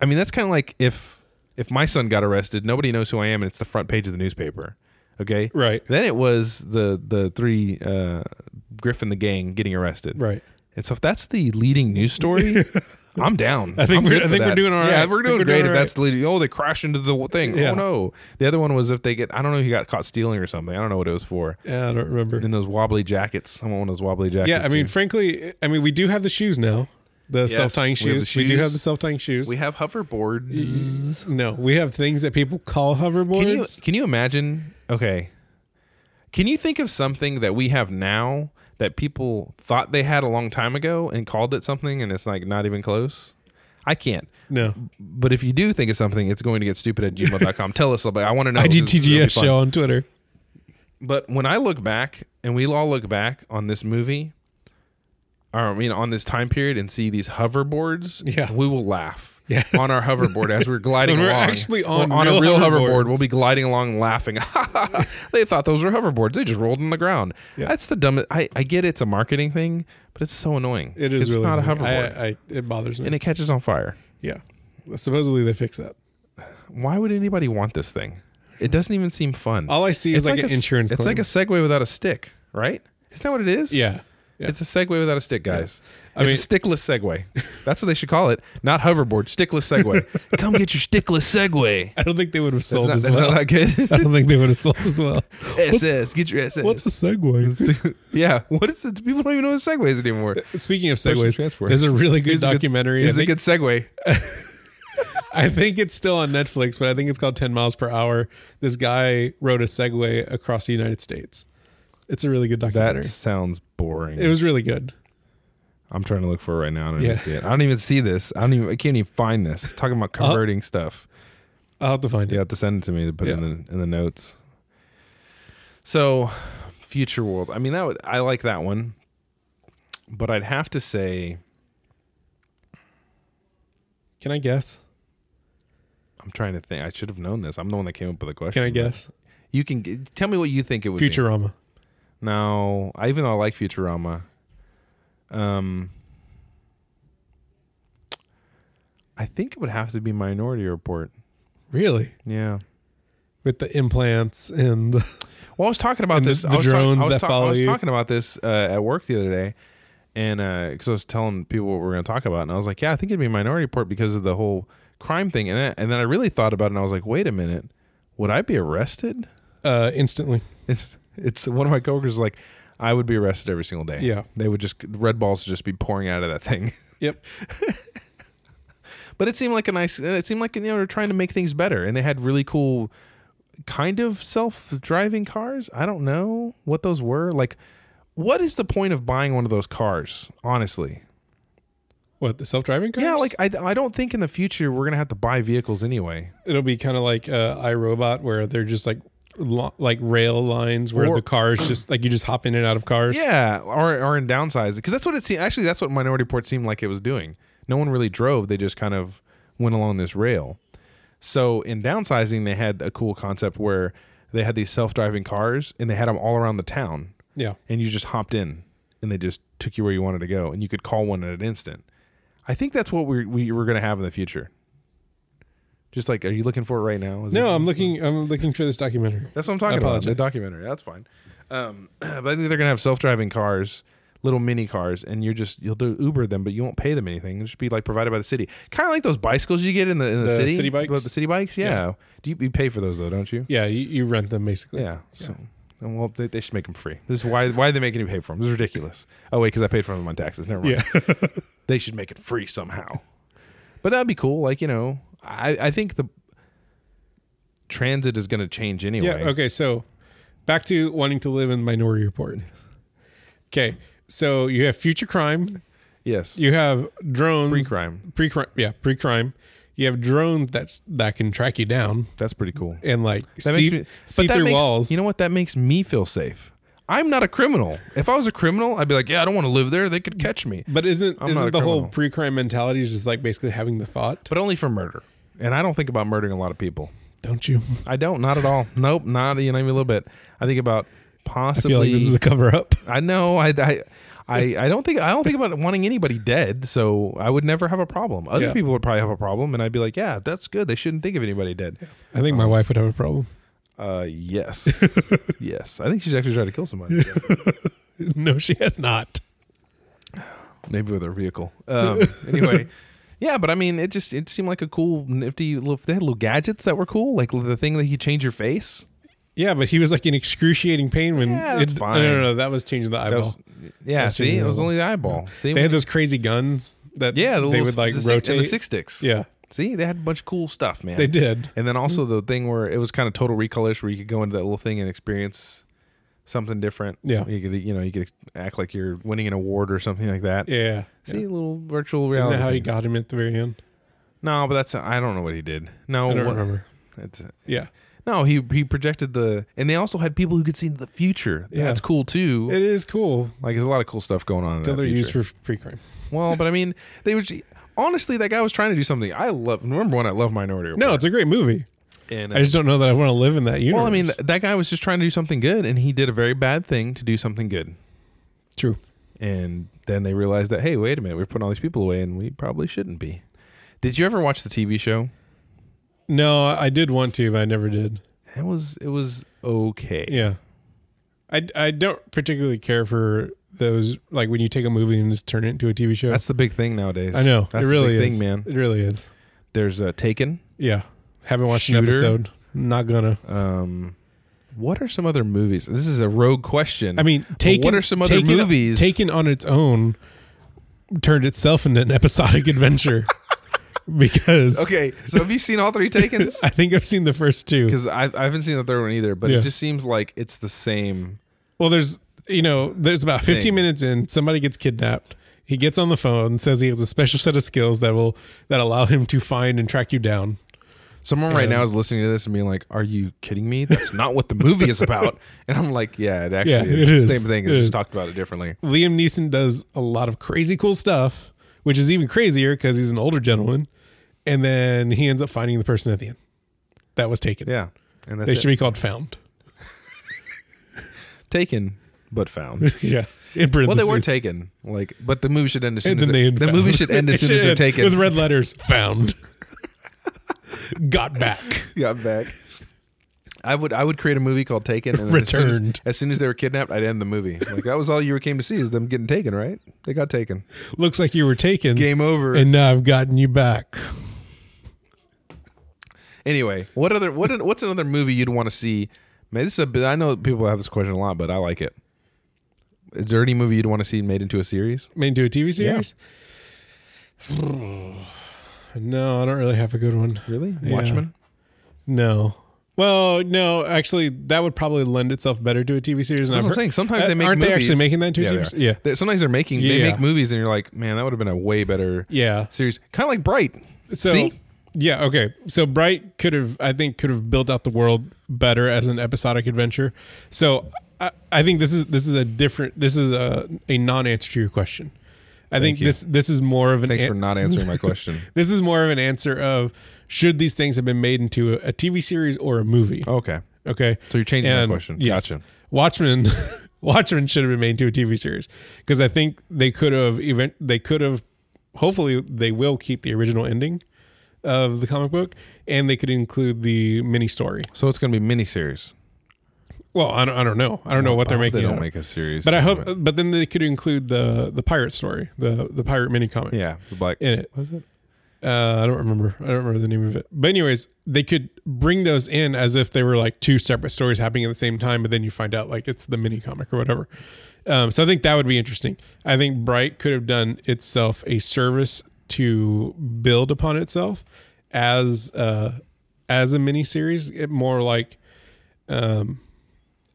[SPEAKER 1] I mean that's kind of like if if my son got arrested, nobody knows who I am, and it's the front page of the newspaper. Okay,
[SPEAKER 2] Right.
[SPEAKER 1] then it was the the three uh, Griffin the gang getting arrested,
[SPEAKER 2] Right.
[SPEAKER 1] and so if that's the leading news story, I'm down. I
[SPEAKER 2] think we're- I think we're doing all
[SPEAKER 1] all
[SPEAKER 2] right.
[SPEAKER 1] Yeah,
[SPEAKER 2] I
[SPEAKER 1] we're
[SPEAKER 2] think
[SPEAKER 1] doing
[SPEAKER 2] we're
[SPEAKER 1] great
[SPEAKER 2] doing
[SPEAKER 1] if
[SPEAKER 2] all
[SPEAKER 1] that's the leading. Oh, they crash into the thing.
[SPEAKER 2] Yeah.
[SPEAKER 1] Oh no. The other one was if they get. I don't know. if He got caught stealing or something. I don't know what it was for.
[SPEAKER 2] Yeah, I don't remember.
[SPEAKER 1] And those wobbly jackets. I want one of those wobbly jackets.
[SPEAKER 2] Yeah, I mean,
[SPEAKER 1] too.
[SPEAKER 2] frankly, I mean, we do have the shoes now. the
[SPEAKER 1] Yes,
[SPEAKER 2] self tying
[SPEAKER 1] we have the
[SPEAKER 2] shoes. We do
[SPEAKER 1] shoes.
[SPEAKER 2] have the self tying shoes.
[SPEAKER 1] We have hoverboards.
[SPEAKER 2] no, we have things that people call hoverboards.
[SPEAKER 1] Can you can you imagine? Okay. Can you think of something that we have now that people thought they had a long time ago and called it something and it's like not even close? I can't.
[SPEAKER 2] no,
[SPEAKER 1] But if you do think of something, it's going to get stupid at gmail.com. Tell us about it. I want to know. 'cause it's really
[SPEAKER 2] IGTGS
[SPEAKER 1] fun.
[SPEAKER 2] show on Twitter.
[SPEAKER 1] But when I look back and we all look back on this movie, or I mean on this time period and see these hoverboards,
[SPEAKER 2] Yeah.
[SPEAKER 1] we will laugh.
[SPEAKER 2] Yes.
[SPEAKER 1] on our hoverboard as we're gliding
[SPEAKER 2] When we're
[SPEAKER 1] along.
[SPEAKER 2] actually
[SPEAKER 1] Well,
[SPEAKER 2] on
[SPEAKER 1] a
[SPEAKER 2] real
[SPEAKER 1] real hoverboard,
[SPEAKER 2] hoverboards.
[SPEAKER 1] we'll be gliding along laughing. they thought those were hoverboards. They just rolled on the ground.
[SPEAKER 2] Yeah.
[SPEAKER 1] That's the dumbest. I, I get it's a marketing thing, but it's so annoying.
[SPEAKER 2] It is
[SPEAKER 1] It's
[SPEAKER 2] really
[SPEAKER 1] not a
[SPEAKER 2] annoying.
[SPEAKER 1] hoverboard,
[SPEAKER 2] I, uh, I, it bothers me.
[SPEAKER 1] and it catches on fire.
[SPEAKER 2] yeah, supposedly they fixed that.
[SPEAKER 1] Why would anybody want this thing? It doesn't even seem fun.
[SPEAKER 2] All I see is like,
[SPEAKER 1] a
[SPEAKER 2] an
[SPEAKER 1] s-
[SPEAKER 2] insurance.
[SPEAKER 1] It's like a Segway without a stick, right? Isn't that what it is?
[SPEAKER 2] yeah, yeah.
[SPEAKER 1] It's a Segway without a stick, guys.
[SPEAKER 2] I mean-
[SPEAKER 1] it's a stickless Segway. That's what they should call it. Not hoverboard, stickless Segway. Come get your stickless Segway.
[SPEAKER 2] I don't think they would have
[SPEAKER 1] That's
[SPEAKER 2] sold
[SPEAKER 1] not,
[SPEAKER 2] as
[SPEAKER 1] that's
[SPEAKER 2] well.
[SPEAKER 1] not
[SPEAKER 2] I
[SPEAKER 1] good.
[SPEAKER 2] don't think they would have sold as well.
[SPEAKER 1] SS, get your SS.
[SPEAKER 2] What's a segue?
[SPEAKER 1] yeah, what is it? People don't even know what Segway is anymore.
[SPEAKER 2] Speaking of
[SPEAKER 1] Personal
[SPEAKER 2] segues,
[SPEAKER 1] transport.
[SPEAKER 2] there's a really good
[SPEAKER 1] Here's a
[SPEAKER 2] documentary.
[SPEAKER 1] Good, is
[SPEAKER 2] I,
[SPEAKER 1] a
[SPEAKER 2] think,
[SPEAKER 1] good Segway.
[SPEAKER 2] I think it's still on Netflix, but I think it's called 10 Miles Per Hour. This guy rode a Segway across the United States. It's a really good documentary.
[SPEAKER 1] That sounds boring.
[SPEAKER 2] it was really good.
[SPEAKER 1] I'm trying to look for it right now. I don't
[SPEAKER 2] Yeah.
[SPEAKER 1] even see it. I don't even see this. I don't even. I can't even find this. Talking about converting stuff.
[SPEAKER 2] I'll have to find
[SPEAKER 1] You
[SPEAKER 2] it.
[SPEAKER 1] have to send it to me to put it in the in the notes. So, Future World. I mean, that would, I like that one, but I'd have to say
[SPEAKER 2] Can I guess?
[SPEAKER 1] I'm trying to think. I should have known this. I'm the one that came up with the question.
[SPEAKER 2] Can I guess?
[SPEAKER 1] You can g- tell me what you think it would be.
[SPEAKER 2] Futurama.
[SPEAKER 1] No, I even though I like Futurama, um, I think it would have to be Minority Report.
[SPEAKER 2] Really?
[SPEAKER 1] Yeah.
[SPEAKER 2] With the implants and the,
[SPEAKER 1] Well, I was talking about
[SPEAKER 2] And the-
[SPEAKER 1] this.
[SPEAKER 2] the
[SPEAKER 1] I was talk-
[SPEAKER 2] drones
[SPEAKER 1] I was
[SPEAKER 2] that
[SPEAKER 1] ta-
[SPEAKER 2] follow
[SPEAKER 1] I was
[SPEAKER 2] you.
[SPEAKER 1] talking about this uh, at work the other day, and because I was telling people what we're going to talk about, and I was like, "Yeah, I think it'd be Minority Report because of the whole crime thing." And then, and then I really thought about it, and I was like, "Wait a minute, would I be arrested?"
[SPEAKER 2] uh, instantly.
[SPEAKER 1] It's it's one of my coworkers is like, "I would be arrested every single day."
[SPEAKER 2] Yeah.
[SPEAKER 1] they would just red balls would just be pouring out of that thing.
[SPEAKER 2] Yep.
[SPEAKER 1] But it seemed like a nice. uh, It seemed like you know they're trying to make things better, and they had really cool, kind of self-driving cars. I don't know what those were. Like, what is the point of buying one of those cars? Honestly,
[SPEAKER 2] What, the self driving cars?
[SPEAKER 1] yeah. Like, I I don't think in the future we're gonna have to buy vehicles anyway.
[SPEAKER 2] it'll be kind of like uh, iRobot, where they're just like lo- like rail lines where
[SPEAKER 1] Or-
[SPEAKER 2] the cars just like you just hop in and out of cars.
[SPEAKER 1] Yeah, or or in downsizing because that's what it seemed. Actually, that's what Minority Report seemed like it was doing. No one really drove; they just kind of went along this rail. So in downsizing, they had a cool concept where they had these self-driving cars and they had them all around the town.
[SPEAKER 2] yeah.
[SPEAKER 1] and you just hopped in and they just took you where you wanted to go and you could call one at an instant i think that's what we're, we, we're going to have in the future just like are you looking for it right now Is it-
[SPEAKER 2] No, I'm looking. I'm looking for this documentary.
[SPEAKER 1] that's what i'm talking
[SPEAKER 2] I
[SPEAKER 1] about the
[SPEAKER 2] apologize.
[SPEAKER 1] documentary that's fine um, but i think they're going to have self-driving cars little mini cars and you're just you'll do uber them but you won't pay them anything it'll just be like provided by the city kind of like those bicycles you get in the, in the,
[SPEAKER 2] The
[SPEAKER 1] city
[SPEAKER 2] city bikes?
[SPEAKER 1] Well, the city bikes yeah,
[SPEAKER 2] Yeah.
[SPEAKER 1] do you, you pay for those though don't you
[SPEAKER 2] Yeah, you, you rent them basically.
[SPEAKER 1] yeah. So, and well, they, they should make them free. This is why why are they making you pay for them? This is ridiculous. Oh wait, because I paid for them on taxes. Never mind.
[SPEAKER 2] Yeah.
[SPEAKER 1] They should make it free somehow. But that'd be cool. Like you know, I I think the transit is going to change anyway.
[SPEAKER 2] Yeah. Okay. So back to wanting to live in Minority Report. Okay. So you have future crime.
[SPEAKER 1] Yes.
[SPEAKER 2] You have drones.
[SPEAKER 1] Free crime.
[SPEAKER 2] Pre-crime. Yeah. Pre-crime. You have drones that's that can track you down
[SPEAKER 1] That's pretty cool.
[SPEAKER 2] and like
[SPEAKER 1] That
[SPEAKER 2] see,
[SPEAKER 1] makes me,
[SPEAKER 2] see
[SPEAKER 1] but that
[SPEAKER 2] through
[SPEAKER 1] makes-
[SPEAKER 2] walls.
[SPEAKER 1] You know what? That makes me feel safe. I'm not a criminal. If I was a criminal, I'd be like, yeah, I don't want to live there. They could catch me.
[SPEAKER 2] But isn't
[SPEAKER 1] I'm not a
[SPEAKER 2] isn't the whole
[SPEAKER 1] criminal.
[SPEAKER 2] pre-crime mentality just like basically having the thought?
[SPEAKER 1] But only for murder. And I don't think about murdering a lot of people.
[SPEAKER 2] Don't you?
[SPEAKER 1] I don't. Not at all. Nope. Not even a little bit. I think about
[SPEAKER 2] I feel
[SPEAKER 1] possibly.
[SPEAKER 2] like this is a cover up.
[SPEAKER 1] I know. I, I, I, I don't think I don't think about wanting anybody dead. So I would never have a problem. Other
[SPEAKER 2] Yeah.
[SPEAKER 1] people would probably have a problem, and I'd be like, yeah, that's good. They shouldn't think of anybody dead.
[SPEAKER 2] I think my wife would have a problem.
[SPEAKER 1] Uh, yes, yes. I think she's actually trying to kill somebody.
[SPEAKER 2] no, she has not.
[SPEAKER 1] Maybe with her vehicle. Um, anyway. Yeah, but I mean, it just it seemed like a cool, nifty. Little, they had little gadgets that were cool, like the thing that you change your face.
[SPEAKER 2] Yeah, but he was like in excruciating pain when
[SPEAKER 1] Yeah, that's
[SPEAKER 2] it,
[SPEAKER 1] fine.
[SPEAKER 2] No, no, no, that was changing the
[SPEAKER 1] That
[SPEAKER 2] eyeball.
[SPEAKER 1] was, yeah,
[SPEAKER 2] That's
[SPEAKER 1] see, it was
[SPEAKER 2] unbelievable.
[SPEAKER 1] only the eyeball. See,
[SPEAKER 2] they had those crazy guns that
[SPEAKER 1] Yeah, the
[SPEAKER 2] they
[SPEAKER 1] little,
[SPEAKER 2] would like
[SPEAKER 1] the stick-
[SPEAKER 2] rotate.
[SPEAKER 1] and the six sticks.
[SPEAKER 2] Yeah,
[SPEAKER 1] See, they had a bunch of cool stuff, man.
[SPEAKER 2] they did. Mm.
[SPEAKER 1] And then also the thing where it was kind of total recolish, where you could go into that little thing and experience something different.
[SPEAKER 2] Yeah.
[SPEAKER 1] you could you know you could act like you're winning an award or something like that.
[SPEAKER 2] Yeah,
[SPEAKER 1] See, little virtual
[SPEAKER 2] isn't
[SPEAKER 1] reality.
[SPEAKER 2] that how you
[SPEAKER 1] things.
[SPEAKER 2] got him at the very end?
[SPEAKER 1] No, but that's I don't know what he did. No,
[SPEAKER 2] I don't
[SPEAKER 1] what-
[SPEAKER 2] remember.
[SPEAKER 1] It's,
[SPEAKER 2] Yeah,
[SPEAKER 1] no, he he projected the, and they also had people who could see into the future.
[SPEAKER 2] Yeah.
[SPEAKER 1] That's cool too.
[SPEAKER 2] it is cool.
[SPEAKER 1] like there's a lot of cool stuff going on. In
[SPEAKER 2] Till
[SPEAKER 1] that
[SPEAKER 2] they're
[SPEAKER 1] future.
[SPEAKER 2] used for pre-crime.
[SPEAKER 1] Well, but I mean, they were honestly that guy was trying to do something. I love. Remember when I love Minority Report?
[SPEAKER 2] No, it's a great movie.
[SPEAKER 1] and, uh,
[SPEAKER 2] I just don't know that I want to live in that universe.
[SPEAKER 1] well, I mean, th- that guy was just trying to do something good, and he did a very bad thing to do something good.
[SPEAKER 2] true.
[SPEAKER 1] And then they realized that hey, wait a minute, we're putting all these people away, and we probably shouldn't be. Did you ever watch the TV show?
[SPEAKER 2] No, I I did want to, but I never did.
[SPEAKER 1] It was it was okay.
[SPEAKER 2] Yeah, I, I don't particularly care for those. Like when you take a movie and just turn it into a TV show.
[SPEAKER 1] That's the big thing nowadays.
[SPEAKER 2] I know
[SPEAKER 1] That's
[SPEAKER 2] it
[SPEAKER 1] the
[SPEAKER 2] really
[SPEAKER 1] big
[SPEAKER 2] is,
[SPEAKER 1] thing, man.
[SPEAKER 2] It really is.
[SPEAKER 1] There's uh, Taken.
[SPEAKER 2] Yeah, haven't watched an
[SPEAKER 1] Shooter.
[SPEAKER 2] episode. Not gonna.
[SPEAKER 1] Um, what are some other movies? This is a rogue question.
[SPEAKER 2] I mean,
[SPEAKER 1] But
[SPEAKER 2] taken.
[SPEAKER 1] what are some other
[SPEAKER 2] Taken-
[SPEAKER 1] movies?
[SPEAKER 2] Taken on its own, turned itself into an episodic adventure because
[SPEAKER 1] okay. So have you seen all three Takens?
[SPEAKER 2] I think I've seen the first two.
[SPEAKER 1] Because I, I haven't seen the third one either, but
[SPEAKER 2] Yeah.
[SPEAKER 1] it just seems like it's the same.
[SPEAKER 2] Well, there's you know there's about 15
[SPEAKER 1] Thing.
[SPEAKER 2] minutes in, somebody gets kidnapped. He gets on the phone, says he has a special set of skills that will that allow him to find and track you down.
[SPEAKER 1] Someone right
[SPEAKER 2] Yeah.
[SPEAKER 1] now is listening to this and being like, "Are you kidding me? That's not what the movie is about." And I'm like, "Yeah, it actually
[SPEAKER 2] Yeah,
[SPEAKER 1] is.
[SPEAKER 2] it
[SPEAKER 1] It's
[SPEAKER 2] is.
[SPEAKER 1] the same thing. It's
[SPEAKER 2] It
[SPEAKER 1] just
[SPEAKER 2] is.
[SPEAKER 1] talked about it differently."
[SPEAKER 2] Liam Neeson does a lot of crazy cool stuff, which is even crazier because he's an older gentleman. And then he ends up finding the person at the end that was taken.
[SPEAKER 1] Yeah, and that's
[SPEAKER 2] they
[SPEAKER 1] it.
[SPEAKER 2] should be called found.
[SPEAKER 1] taken but found.
[SPEAKER 2] yeah. In
[SPEAKER 1] Well,
[SPEAKER 2] parentheses.
[SPEAKER 1] they were taken, like, but the movie should end as soon
[SPEAKER 2] And
[SPEAKER 1] as
[SPEAKER 2] then they
[SPEAKER 1] they, the
[SPEAKER 2] found.
[SPEAKER 1] movie should end as
[SPEAKER 2] It
[SPEAKER 1] soon as
[SPEAKER 2] should
[SPEAKER 1] they're
[SPEAKER 2] end With
[SPEAKER 1] taken.
[SPEAKER 2] red letters, found. Got back.
[SPEAKER 1] Got back. I would I would create a movie called Taken and then as soon as-
[SPEAKER 2] Returned.
[SPEAKER 1] As soon as, they were kidnapped, I'd end the movie. Like that was all you came to see is them getting taken, right? They got taken.
[SPEAKER 2] Looks like you were taken.
[SPEAKER 1] Game over.
[SPEAKER 2] And now I've gotten you back.
[SPEAKER 1] Anyway, what other what what's another movie you'd want to see? Man, this is a bit- I know people have this question a lot, but I like it. Is there any movie you'd want to see made into a series?
[SPEAKER 2] Made into a TV series? no, I don't really have a good one.
[SPEAKER 1] Really,
[SPEAKER 2] Yeah.
[SPEAKER 1] Watchmen?
[SPEAKER 2] No. Well, no, actually, that would probably lend itself better to a TV series.
[SPEAKER 1] That's
[SPEAKER 2] I've
[SPEAKER 1] what I'm
[SPEAKER 2] heard-
[SPEAKER 1] saying. Sometimes they make
[SPEAKER 2] Uh, aren't they
[SPEAKER 1] movies.
[SPEAKER 2] actually making that into
[SPEAKER 1] Yeah,
[SPEAKER 2] a
[SPEAKER 1] they
[SPEAKER 2] TV
[SPEAKER 1] are.
[SPEAKER 2] series? Yeah,
[SPEAKER 1] They- Sometimes they're making they
[SPEAKER 2] Yeah.
[SPEAKER 1] make movies, and you're like, man, that would have been a way better
[SPEAKER 2] yeah.
[SPEAKER 1] series. Kind of like Bright.
[SPEAKER 2] So
[SPEAKER 1] See?
[SPEAKER 2] yeah, okay. So Bright could have, I think, could have built out the world better as an episodic adventure. So I, I think this is this is a different. This is a a non-answer to your question. I think
[SPEAKER 1] you.
[SPEAKER 2] this this is more of an
[SPEAKER 1] Thanks
[SPEAKER 2] an-
[SPEAKER 1] for not answering my question.
[SPEAKER 2] this is more of an answer of should these things have been made into a, a TV series or a movie?
[SPEAKER 1] Okay,
[SPEAKER 2] Okay.
[SPEAKER 1] so you're changing
[SPEAKER 2] And,
[SPEAKER 1] my question.
[SPEAKER 2] Yes.
[SPEAKER 1] Gotcha.
[SPEAKER 2] Watchmen Watchmen should have been made into a TV series because I think they could have event they could have hopefully they will keep the original ending of the comic book and they could include the mini story.
[SPEAKER 1] So it's going to be miniseries.
[SPEAKER 2] Well, I don't, I don't know. I don't know what they're
[SPEAKER 1] They
[SPEAKER 2] making.
[SPEAKER 1] don't
[SPEAKER 2] out of.
[SPEAKER 1] make a series,
[SPEAKER 2] but I hope
[SPEAKER 1] But-
[SPEAKER 2] but then they could include the the pirate story, the the pirate mini comic
[SPEAKER 1] yeah, the black.
[SPEAKER 2] in it.
[SPEAKER 1] Was it?
[SPEAKER 2] Uh, I don't remember. I don't remember the name of it. But anyways, they could bring those in as if they were like two separate stories happening at the same time, but then you find out like it's the mini comic or whatever. Um, so I think that would be interesting. I think Bright could have done itself a service to build upon itself as uh, as a mini series, it more like um,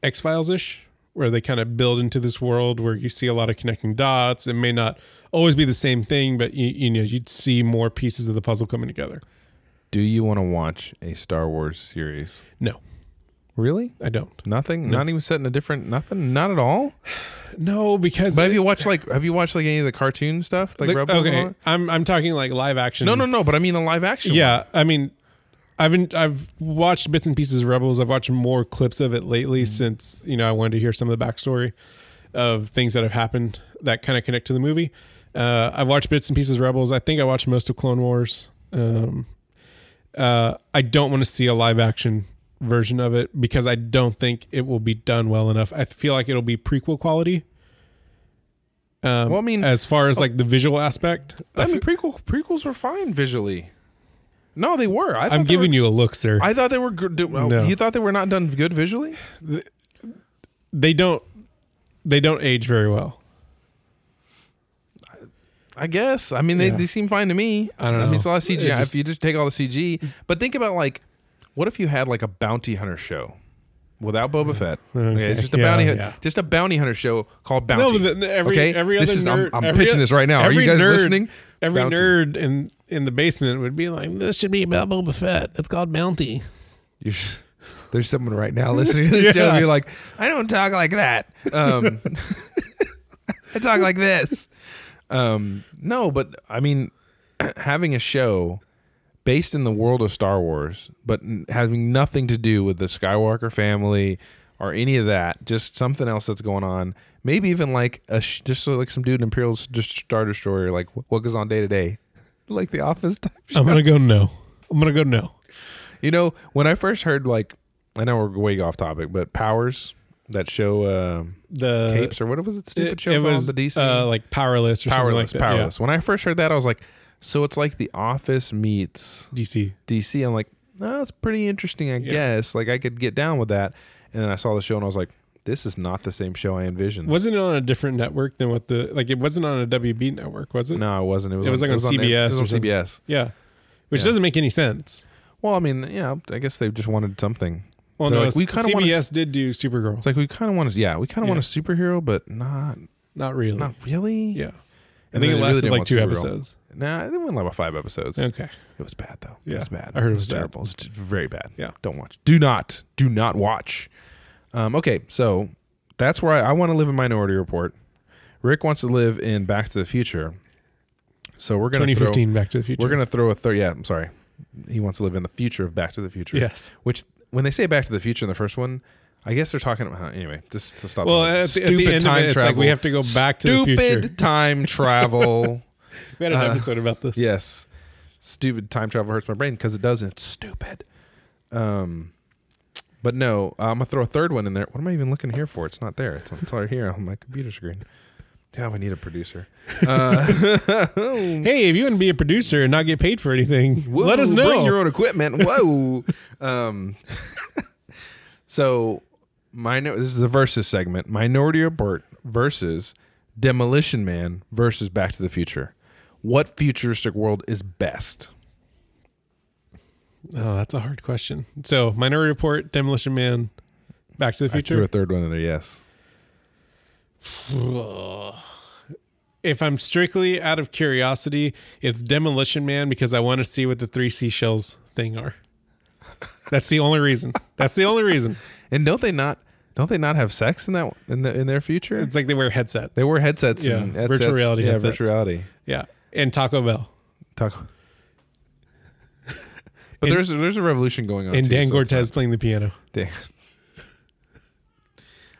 [SPEAKER 2] X Files ish, where they kind of build into this world where you see a lot of connecting dots. It may not always be the same thing, but you, you know you'd see more pieces of the puzzle coming together.
[SPEAKER 1] Do you want to watch a Star Wars series?
[SPEAKER 2] No,
[SPEAKER 1] Really?
[SPEAKER 2] I don't.
[SPEAKER 1] Nothing. Not even set in a different. Nothing. Not at all.
[SPEAKER 2] No, because
[SPEAKER 1] But have you watched like have you watched like any of the cartoon stuff like
[SPEAKER 2] like,
[SPEAKER 1] Rebels? and all
[SPEAKER 2] okay,
[SPEAKER 1] that?
[SPEAKER 2] I'm I'm talking like live action.
[SPEAKER 1] No, no, no. But I mean a live action. one.
[SPEAKER 2] Yeah, I mean, I've been, I've watched bits and pieces of Rebels. I've watched more clips of it lately
[SPEAKER 1] Mm-hmm.
[SPEAKER 2] since you know I wanted to hear some of the backstory of things that have happened that kind of connect to the movie. Uh, I've watched bits and pieces of Rebels. I think I watched most of Clone Wars. Um, uh, I don't want to see a live action version of it because I don't think it will be done well enough. I feel like it'll be prequel quality. Um,
[SPEAKER 1] Well, I mean-
[SPEAKER 2] as far as like the visual aspect,
[SPEAKER 1] I mean prequel prequels were fine visually. No, they were. I
[SPEAKER 2] I'm giving you a look, sir.
[SPEAKER 1] I thought they were. good do- oh,
[SPEAKER 2] No.
[SPEAKER 1] You thought they were not done good visually.
[SPEAKER 2] they don't they don't age very well.
[SPEAKER 1] I guess. I mean, they,
[SPEAKER 2] Yeah.
[SPEAKER 1] they seem fine to me.
[SPEAKER 2] I don't
[SPEAKER 1] I mean,
[SPEAKER 2] know.
[SPEAKER 1] it's a lot of CG.
[SPEAKER 2] It just-
[SPEAKER 1] if you just take all the CG, but think about like, what if you had like a bounty hunter show without Boba Fett? Okay,
[SPEAKER 2] Okay.
[SPEAKER 1] it's just a
[SPEAKER 2] Yeah,
[SPEAKER 1] bounty,
[SPEAKER 2] yeah.
[SPEAKER 1] just a bounty hunter show called Bounty.
[SPEAKER 2] No, but the, the- every
[SPEAKER 1] okay,
[SPEAKER 2] every
[SPEAKER 1] this
[SPEAKER 2] other
[SPEAKER 1] is,
[SPEAKER 2] nerd,
[SPEAKER 1] I'm, I'm
[SPEAKER 2] every-
[SPEAKER 1] pitching this right now. Are
[SPEAKER 2] every
[SPEAKER 1] you guys
[SPEAKER 2] nerd-
[SPEAKER 1] listening?
[SPEAKER 2] Every
[SPEAKER 1] Bounty.
[SPEAKER 2] nerd in in the basement would be like, "This should be about Boba Fett. It's called Bounty."
[SPEAKER 1] You sh- there's someone right now listening to this
[SPEAKER 2] Yeah.
[SPEAKER 1] show. And you're like, I don't talk like that. Um, I talk like this. Um, no, but I mean, having a show based in the world of Star Wars, but n- having nothing to do with the Skywalker family or any of that, just something else that's going on. Maybe even like a sh- just so like some dude in Imperial s- just Star Destroyer, like wh- what goes on day to day, like the Office type. show.
[SPEAKER 2] I'm gonna go no. I'm gonna go no.
[SPEAKER 1] You know, when I first heard like, I know we're way off topic, but Powers that show um
[SPEAKER 2] The
[SPEAKER 1] Capes or what was it? Stupid
[SPEAKER 2] Uh, it,
[SPEAKER 1] show
[SPEAKER 2] it
[SPEAKER 1] called
[SPEAKER 2] was
[SPEAKER 1] the DC
[SPEAKER 2] uh, like powerless or
[SPEAKER 1] Powerless.
[SPEAKER 2] something like that.
[SPEAKER 1] powerless. When I first heard that, I was like, so it's like The Office meets
[SPEAKER 2] Yeah. DC.
[SPEAKER 1] DC. I'm like, oh, that's pretty interesting, I
[SPEAKER 2] Yeah.
[SPEAKER 1] guess. Like I could get down with that. And then I saw the show and I was like, this is not the same show I envisioned.
[SPEAKER 2] Wasn't it on a different network than what the like? It wasn't on a WB network, was it?
[SPEAKER 1] no, it wasn't. It was,
[SPEAKER 2] It was like on CBS
[SPEAKER 1] it was
[SPEAKER 2] or
[SPEAKER 1] on
[SPEAKER 2] something.
[SPEAKER 1] CBS.
[SPEAKER 2] Yeah, which
[SPEAKER 1] Yeah.
[SPEAKER 2] doesn't make any sense.
[SPEAKER 1] Well, I mean, yeah, I guess they just wanted something.
[SPEAKER 2] Well,
[SPEAKER 1] They're
[SPEAKER 2] no,
[SPEAKER 1] like,
[SPEAKER 2] we
[SPEAKER 1] "We
[SPEAKER 2] kind
[SPEAKER 1] kinda
[SPEAKER 2] of
[SPEAKER 1] wanna-
[SPEAKER 2] CBS did do Supergirl.
[SPEAKER 1] It's like we kind of want to, yeah, we kind of want a superhero, but not,
[SPEAKER 2] not really.
[SPEAKER 1] not really.
[SPEAKER 2] Yeah, I
[SPEAKER 1] And
[SPEAKER 2] think
[SPEAKER 1] then
[SPEAKER 2] it
[SPEAKER 1] they really
[SPEAKER 2] lasted
[SPEAKER 1] didn't
[SPEAKER 2] like
[SPEAKER 1] want
[SPEAKER 2] two
[SPEAKER 1] Supergirl.
[SPEAKER 2] episodes.
[SPEAKER 1] Nah, they went like five episodes.
[SPEAKER 2] Okay.
[SPEAKER 1] It was bad though.
[SPEAKER 2] Yeah.
[SPEAKER 1] It was bad.
[SPEAKER 2] I heard it was bad.
[SPEAKER 1] terrible. It's very bad.
[SPEAKER 2] Yeah.
[SPEAKER 1] Don't watch. Do not. Do not watch. Um, okay, so that's where I, I want to live in Minority Report. Rick wants to live in Back to the Future. So we're gonna throw,
[SPEAKER 2] 2015 Back to the Future.
[SPEAKER 1] we're gonna throw a third. Yeah, I'm sorry. He wants to live in the future of Back to the Future.
[SPEAKER 2] Yes.
[SPEAKER 1] Which when they say Back to the Future in the first one, I guess they're talking about anyway. Just to stop.
[SPEAKER 2] Well,
[SPEAKER 1] talking.
[SPEAKER 2] at the, at the end of it, it's like we have to go back to
[SPEAKER 1] Stupid
[SPEAKER 2] the future.
[SPEAKER 1] time travel.
[SPEAKER 2] We had an
[SPEAKER 1] Uh,
[SPEAKER 2] episode about this.
[SPEAKER 1] Yes. Stupid time travel hurts my brain because it doesn't. It's stupid. Um, but no, I'm gonna throw a third one in there. What am I even looking here for? It's not there. It's, it's right here on my computer screen. Yeah, we need a producer.
[SPEAKER 2] Hey, if you want to be a producer and not get paid for anything, let us
[SPEAKER 1] Whoa,
[SPEAKER 2] know.
[SPEAKER 1] Bring your own equipment. Whoa. um, so, minor. This is the versus segment. Minority Report versus Demolition Man versus Back to the Future. What futuristic world is best?
[SPEAKER 2] oh, that's a hard question. So, Minority Report, Demolition Man, Back to
[SPEAKER 1] I
[SPEAKER 2] the
[SPEAKER 1] threw a
[SPEAKER 2] Future.
[SPEAKER 1] third one in there. Yes.
[SPEAKER 2] If I'm strictly out of curiosity, it's Demolition Man because I want to see what the three seashells thing are. That's the only reason. That's the only reason.
[SPEAKER 1] And don't they not don't they not have sex in that in the in their future?
[SPEAKER 2] It's like they wear headsets.
[SPEAKER 1] they wear headsets
[SPEAKER 2] Yeah,
[SPEAKER 1] and
[SPEAKER 2] virtual
[SPEAKER 1] headsets.
[SPEAKER 2] reality
[SPEAKER 1] Yeah,
[SPEAKER 2] headsets.
[SPEAKER 1] virtual reality.
[SPEAKER 2] yeah, and Taco Bell
[SPEAKER 1] Talk. But
[SPEAKER 2] And-
[SPEAKER 1] there's a, there's a revolution going on.
[SPEAKER 2] and
[SPEAKER 1] too,
[SPEAKER 2] Dan
[SPEAKER 1] so it's
[SPEAKER 2] Gortez playing the piano.
[SPEAKER 1] not- Dan-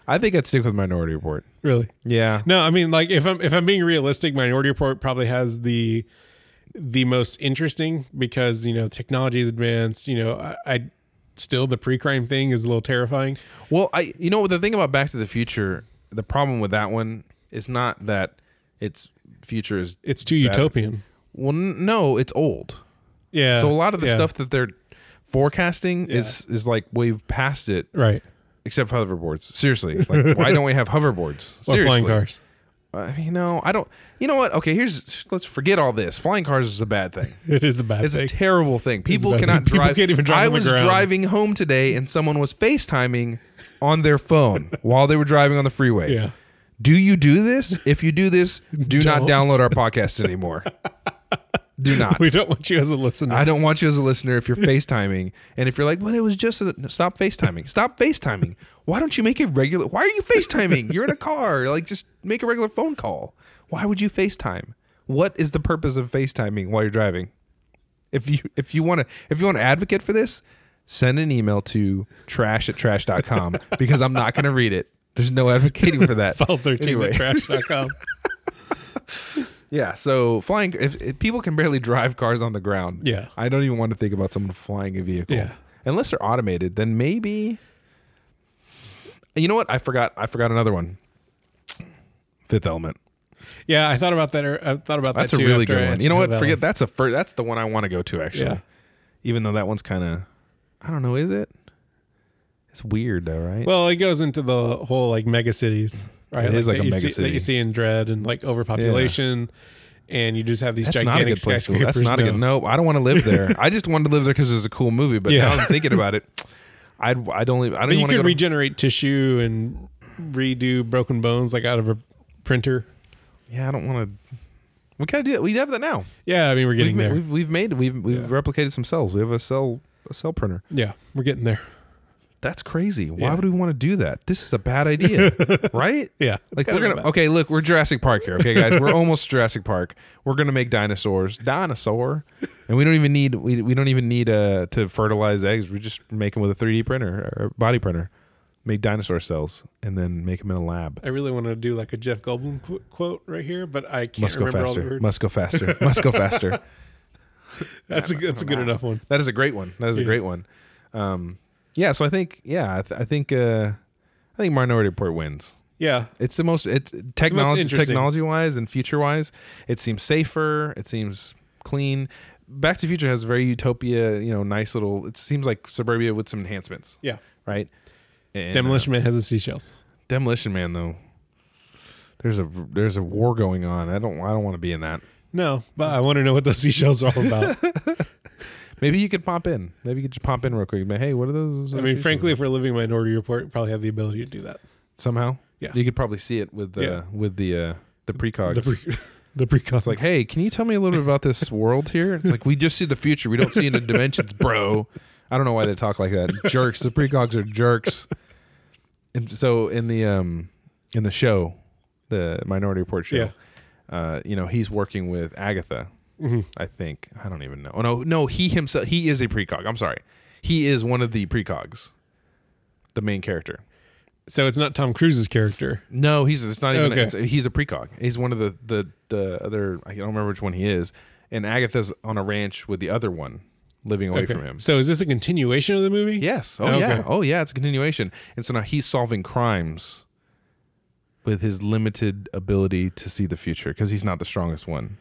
[SPEAKER 1] I think I'd stick with Minority Report.
[SPEAKER 2] Really?
[SPEAKER 1] Yeah.
[SPEAKER 2] No, I mean like if I'm if I'm being realistic, Minority Report probably has the the most interesting because you know technology is advanced. You know, I, I still the pre crime thing is a little terrifying.
[SPEAKER 1] Well, I you know the thing about Back to the Future, the problem with that one is not that its future is
[SPEAKER 2] It's too
[SPEAKER 1] Bad.
[SPEAKER 2] utopian.
[SPEAKER 1] well, n- no, it's old.
[SPEAKER 2] Yeah.
[SPEAKER 1] So a lot of the
[SPEAKER 2] yeah,
[SPEAKER 1] stuff that they're forecasting is is like we've passed it
[SPEAKER 2] right?
[SPEAKER 1] except for hoverboards. Seriously, like why don't we have hoverboards?
[SPEAKER 2] Or
[SPEAKER 1] Seriously,
[SPEAKER 2] flying cars.
[SPEAKER 1] Uh, you know, I don't. You know what? Okay, here's let's forget all this. Flying cars is a bad thing.
[SPEAKER 2] It is a bad
[SPEAKER 1] It's a
[SPEAKER 2] thing.
[SPEAKER 1] terrible thing. People
[SPEAKER 2] bad thing.
[SPEAKER 1] cannot
[SPEAKER 2] People
[SPEAKER 1] drive.
[SPEAKER 2] can't even drive
[SPEAKER 1] I
[SPEAKER 2] on the
[SPEAKER 1] was
[SPEAKER 2] ground.
[SPEAKER 1] driving home today, and someone was FaceTiming on their phone while they were driving on the freeway.
[SPEAKER 2] yeah.
[SPEAKER 1] Do you do this? If you do this, do not
[SPEAKER 2] Don't.
[SPEAKER 1] download our podcast anymore. do not.
[SPEAKER 2] We don't want you as a listener.
[SPEAKER 1] I don't want you as a listener if you're FaceTiming and if you're like, but it was just a, no, stop FaceTiming. Stop FaceTiming. Why don't you make a regular? Why are you FaceTiming? You're in a car. Like, just make a regular phone call. Why would you FaceTime? What is the purpose of FaceTiming while you're driving? If you if you want to if you want to advocate for this, send an email to trash at trash.com because I'm not going to read it. There's no advocating for that.
[SPEAKER 2] File 13
[SPEAKER 1] Anyway.
[SPEAKER 2] at trash.com.
[SPEAKER 1] Yeah, so flying if, if people can barely drive cars on the ground.
[SPEAKER 2] Yeah.
[SPEAKER 1] I don't even want to think about someone flying a vehicle.
[SPEAKER 2] Yeah.
[SPEAKER 1] Unless they're automated, then maybe You know what? I forgot I forgot another one. Fifth Element.
[SPEAKER 2] yeah, I thought about that. Or, I thought about
[SPEAKER 1] That's
[SPEAKER 2] that
[SPEAKER 1] a
[SPEAKER 2] too
[SPEAKER 1] really
[SPEAKER 2] after I
[SPEAKER 1] good one.
[SPEAKER 2] answered
[SPEAKER 1] You know what?
[SPEAKER 2] that
[SPEAKER 1] Forget
[SPEAKER 2] one.
[SPEAKER 1] that's a first, that's the one I want to go to actually.
[SPEAKER 2] Yeah.
[SPEAKER 1] Even though that one's kind of I don't know, is it? It's weird though, right?
[SPEAKER 2] Well, it goes into the whole like mega cities, right?
[SPEAKER 1] It is like
[SPEAKER 2] that
[SPEAKER 1] a
[SPEAKER 2] you
[SPEAKER 1] mega
[SPEAKER 2] see, that
[SPEAKER 1] city.
[SPEAKER 2] you see in Dread and like overpopulation, and you just have these
[SPEAKER 1] That's not a
[SPEAKER 2] gigantic
[SPEAKER 1] good place. To,
[SPEAKER 2] skyscrapers.
[SPEAKER 1] that's not a good.
[SPEAKER 2] no.
[SPEAKER 1] No, I don't want to live there. I just wanted to live there because it was a cool movie. But
[SPEAKER 2] Yeah.
[SPEAKER 1] now I'm thinking about it, I'd I'd only I
[SPEAKER 2] But
[SPEAKER 1] don't
[SPEAKER 2] you
[SPEAKER 1] want to
[SPEAKER 2] could
[SPEAKER 1] go. to-
[SPEAKER 2] regenerate tissue and redo broken bones like out of a printer.
[SPEAKER 1] yeah, I don't want to. We kind of do that. We have that now.
[SPEAKER 2] Yeah, I mean we're getting
[SPEAKER 1] we've, ma-
[SPEAKER 2] there.
[SPEAKER 1] We've, we've made we've we've
[SPEAKER 2] Yeah.
[SPEAKER 1] replicated some cells. We have a cell a cell printer.
[SPEAKER 2] yeah, we're getting there.
[SPEAKER 1] That's crazy. Why
[SPEAKER 2] Yeah.
[SPEAKER 1] would we want to do that? This is a bad idea, right?
[SPEAKER 2] Yeah,
[SPEAKER 1] Like
[SPEAKER 2] It's
[SPEAKER 1] we're
[SPEAKER 2] kinda
[SPEAKER 1] gonna
[SPEAKER 2] bad.
[SPEAKER 1] okay. Look, we're Jurassic Park here. Okay, guys, we're almost Jurassic Park. We're gonna make dinosaurs, dinosaur, and we don't even need we, we don't even need uh to fertilize eggs. We just make them with a three D printer or body printer, make dinosaur cells, and then make them in a lab.
[SPEAKER 2] I really want to do like a Jeff Goldblum qu- quote right here, but I can't
[SPEAKER 1] Must go
[SPEAKER 2] remember all the
[SPEAKER 1] faster.
[SPEAKER 2] words.
[SPEAKER 1] Must go faster. Must go faster.
[SPEAKER 2] that's a that's a good enough one.
[SPEAKER 1] That is a great one. That is a
[SPEAKER 2] Yeah.
[SPEAKER 1] great one. Um, yeah. So I think yeah, I, th- I think uh, I think Minority Report wins.
[SPEAKER 2] Yeah,
[SPEAKER 1] It's the most it's technology
[SPEAKER 2] interesting.
[SPEAKER 1] technology wise and future wise. It seems safer. It seems clean. Back to the Future has very utopia. You know, nice little. It seems like suburbia with some enhancements,
[SPEAKER 2] yeah.
[SPEAKER 1] right? And,
[SPEAKER 2] Demolition Man has the seashells.
[SPEAKER 1] uh, Demolition Man though. There's a there's a war going on. I don't I don't want to be in that.
[SPEAKER 2] No, but I want to know what those seashells are all about.
[SPEAKER 1] Maybe you could pop in. Maybe you could just pop in real quick. But hey, what are those?
[SPEAKER 2] I mean, frankly, if we're living Minority Report, we probably have the ability to do that.
[SPEAKER 1] somehow.
[SPEAKER 2] Yeah.
[SPEAKER 1] you could probably see it with the
[SPEAKER 2] Yeah.
[SPEAKER 1] with the uh, the precogs.
[SPEAKER 2] The pre, the precogs.
[SPEAKER 1] it's like, hey, can you tell me a little bit about this world here? It's like we just see the future. We don't see any dimensions, bro. I don't know why they talk like that. Jerks. The precogs are jerks. And so in the um in the show, the Minority Report show,
[SPEAKER 2] Yeah.
[SPEAKER 1] uh, you know, he's working with Agatha.
[SPEAKER 2] Mhm.
[SPEAKER 1] I think I don't even know. Oh no, no, he himself he is a precog. I'm sorry. He is one of the precogs. The main character.
[SPEAKER 2] so it's not Tom Cruise's character.
[SPEAKER 1] No, he's it's not even.
[SPEAKER 2] Okay.
[SPEAKER 1] it's- he's a precog. He's one of the the the other. I don't remember which one he is. And Agatha's on a ranch with the other one, living away
[SPEAKER 2] Okay.
[SPEAKER 1] from him.
[SPEAKER 2] So is this a continuation of the movie?
[SPEAKER 1] Yes. Oh
[SPEAKER 2] Okay.
[SPEAKER 1] yeah. Oh yeah. It's a continuation. And so now he's solving crimes with his limited ability to see the future because he's not the strongest one.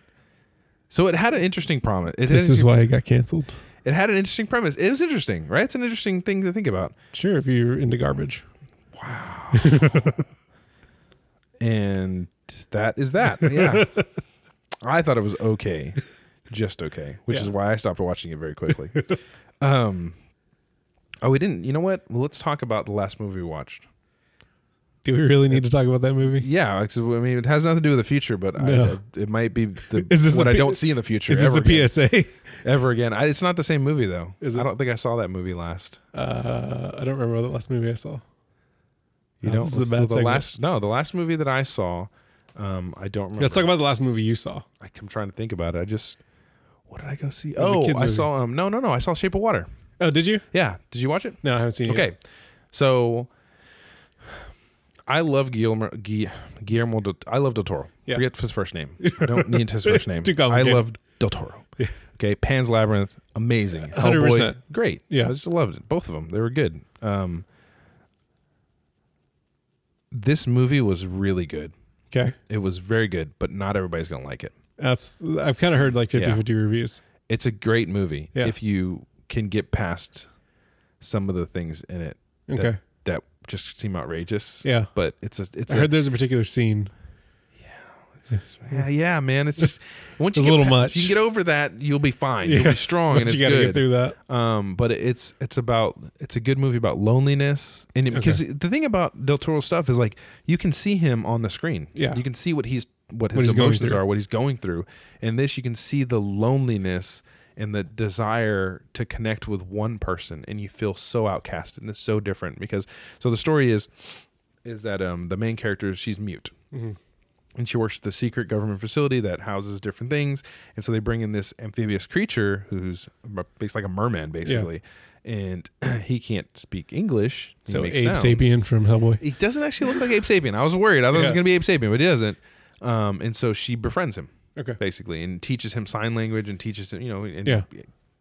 [SPEAKER 1] So it had an interesting promise. It had
[SPEAKER 2] This
[SPEAKER 1] an
[SPEAKER 2] is
[SPEAKER 1] interesting-
[SPEAKER 2] why it got canceled.
[SPEAKER 1] it had an interesting premise. It was interesting, right? It's an interesting thing to think about.
[SPEAKER 2] Sure, if you're into garbage.
[SPEAKER 1] and that is that. Yeah. I thought it was okay, just okay, which
[SPEAKER 2] Yeah.
[SPEAKER 1] is why I stopped watching it very quickly. um, oh, we didn't. You know what? Well, let's talk about the last movie we watched.
[SPEAKER 2] Do we really need to talk about that movie?
[SPEAKER 1] Yeah, 'cause, I mean, it has nothing to do with the future, but
[SPEAKER 2] No.
[SPEAKER 1] I, it might be the,
[SPEAKER 2] Is this
[SPEAKER 1] what
[SPEAKER 2] the
[SPEAKER 1] I
[SPEAKER 2] P-
[SPEAKER 1] don't see in the future
[SPEAKER 2] Is
[SPEAKER 1] ever,
[SPEAKER 2] this
[SPEAKER 1] again,
[SPEAKER 2] the PSA?
[SPEAKER 1] ever again. I, it's not the same movie though.
[SPEAKER 2] Is
[SPEAKER 1] I
[SPEAKER 2] it?
[SPEAKER 1] don't think I saw that movie last.
[SPEAKER 2] Uh, I don't remember the last movie I saw.
[SPEAKER 1] You
[SPEAKER 2] Oh,
[SPEAKER 1] know,
[SPEAKER 2] this is a
[SPEAKER 1] So
[SPEAKER 2] bad
[SPEAKER 1] the
[SPEAKER 2] segment.
[SPEAKER 1] last no, the last movie that I saw. Um, I don't remember.
[SPEAKER 2] Let's talk about the last movie you saw.
[SPEAKER 1] I- I'm trying to think about it. I just what did I go see?
[SPEAKER 2] was a
[SPEAKER 1] Oh,
[SPEAKER 2] kids
[SPEAKER 1] I
[SPEAKER 2] movie.
[SPEAKER 1] saw um no no no I saw Shape of Water.
[SPEAKER 2] Oh, did you?
[SPEAKER 1] Yeah, did you watch it?
[SPEAKER 2] No, I haven't seen it.
[SPEAKER 1] Okay, so I love Guillermo Gui- Guillermo. Del, I love Del Toro.
[SPEAKER 2] Yeah.
[SPEAKER 1] Forget his first name. I don't need his first
[SPEAKER 2] It's
[SPEAKER 1] name.
[SPEAKER 2] too
[SPEAKER 1] I
[SPEAKER 2] complicated.
[SPEAKER 1] love Del Toro.
[SPEAKER 2] Yeah.
[SPEAKER 1] Okay, Pan's Labyrinth, amazing.
[SPEAKER 2] 100%.
[SPEAKER 1] Hellboy, great.
[SPEAKER 2] Yeah.
[SPEAKER 1] I just loved it. Both of them, they were good. Um, this movie was really good.
[SPEAKER 2] Yet. Okay.
[SPEAKER 1] It was very good, but not everybody's gonna like it.
[SPEAKER 2] That's I've kind of heard like 50
[SPEAKER 1] Yeah.
[SPEAKER 2] 50 reviews.
[SPEAKER 1] it's a great movie
[SPEAKER 2] Yeah.
[SPEAKER 1] if you can get past some of the things in it that,
[SPEAKER 2] Okay.
[SPEAKER 1] that just seem outrageous.
[SPEAKER 2] Yeah.
[SPEAKER 1] But it's a it's
[SPEAKER 2] I
[SPEAKER 1] a,
[SPEAKER 2] heard there's a particular scene.
[SPEAKER 1] yeah, yeah, man. It's just once you
[SPEAKER 2] It's
[SPEAKER 1] get
[SPEAKER 2] a little
[SPEAKER 1] pa-
[SPEAKER 2] much.
[SPEAKER 1] if you get over that, you'll be fine. You'll
[SPEAKER 2] Yeah.
[SPEAKER 1] be strong
[SPEAKER 2] But
[SPEAKER 1] and it's
[SPEAKER 2] you gotta
[SPEAKER 1] good.
[SPEAKER 2] get through that.
[SPEAKER 1] Um, but it's it's about it's a good movie about loneliness and it- because the thing about Del Toro stuff is like you can see him on the screen.
[SPEAKER 2] Yeah.
[SPEAKER 1] you can see what he's what his
[SPEAKER 2] What he's going
[SPEAKER 1] emotions
[SPEAKER 2] through.
[SPEAKER 1] are, what he's going through, and this you can see the loneliness and the desire to connect with one person, and you feel so outcast and it's so different because so the story is is that um the main character she's mute
[SPEAKER 2] Mm-hmm.
[SPEAKER 1] and she works at the secret government facility that houses different things. And so they bring in this amphibious creature who's it's like a merman basically, and he can't speak English. He
[SPEAKER 2] So
[SPEAKER 1] makes
[SPEAKER 2] Abe
[SPEAKER 1] sounds.
[SPEAKER 2] Sapien from Hellboy.
[SPEAKER 1] He doesn't actually look like Abe Sapien. I was worried. I thought it was
[SPEAKER 2] Yeah.
[SPEAKER 1] going to be Abe Sapien, but he doesn't. Um, and so she befriends him
[SPEAKER 2] Okay.
[SPEAKER 1] basically and teaches him sign language and teaches him, you know, and
[SPEAKER 2] Yeah.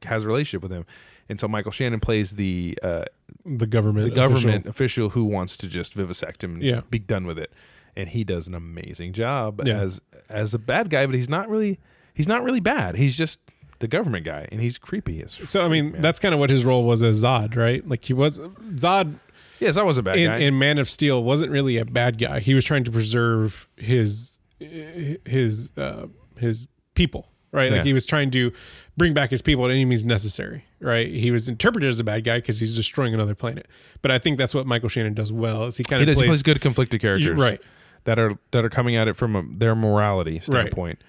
[SPEAKER 1] has a relationship with him. And so Michael Shannon plays the uh,
[SPEAKER 2] The government.
[SPEAKER 1] the government official. who wants to just vivisect him and
[SPEAKER 2] Yeah.
[SPEAKER 1] be done with it. And he does an amazing job
[SPEAKER 2] Yeah.
[SPEAKER 1] as as a bad guy, but he's not really he's not really bad. He's just the government guy and he's creepy as
[SPEAKER 2] So I mean, that's kind of what his role was as Zod, right? Like he was Zod
[SPEAKER 1] Yes, I was a bad
[SPEAKER 2] in,
[SPEAKER 1] guy.
[SPEAKER 2] in Man of Steel wasn't really a bad guy. He was trying to preserve his his uh, his people, right? Like
[SPEAKER 1] Yeah.
[SPEAKER 2] he was trying to bring back his people at any means necessary, right? He was interpreted as a bad guy because he's destroying another planet. But I think that's what Michael Shannon does well is he kind
[SPEAKER 1] He
[SPEAKER 2] of
[SPEAKER 1] does. He plays
[SPEAKER 2] plays
[SPEAKER 1] good conflicted characters,
[SPEAKER 2] right.
[SPEAKER 1] That are that are coming at it from a, their morality standpoint.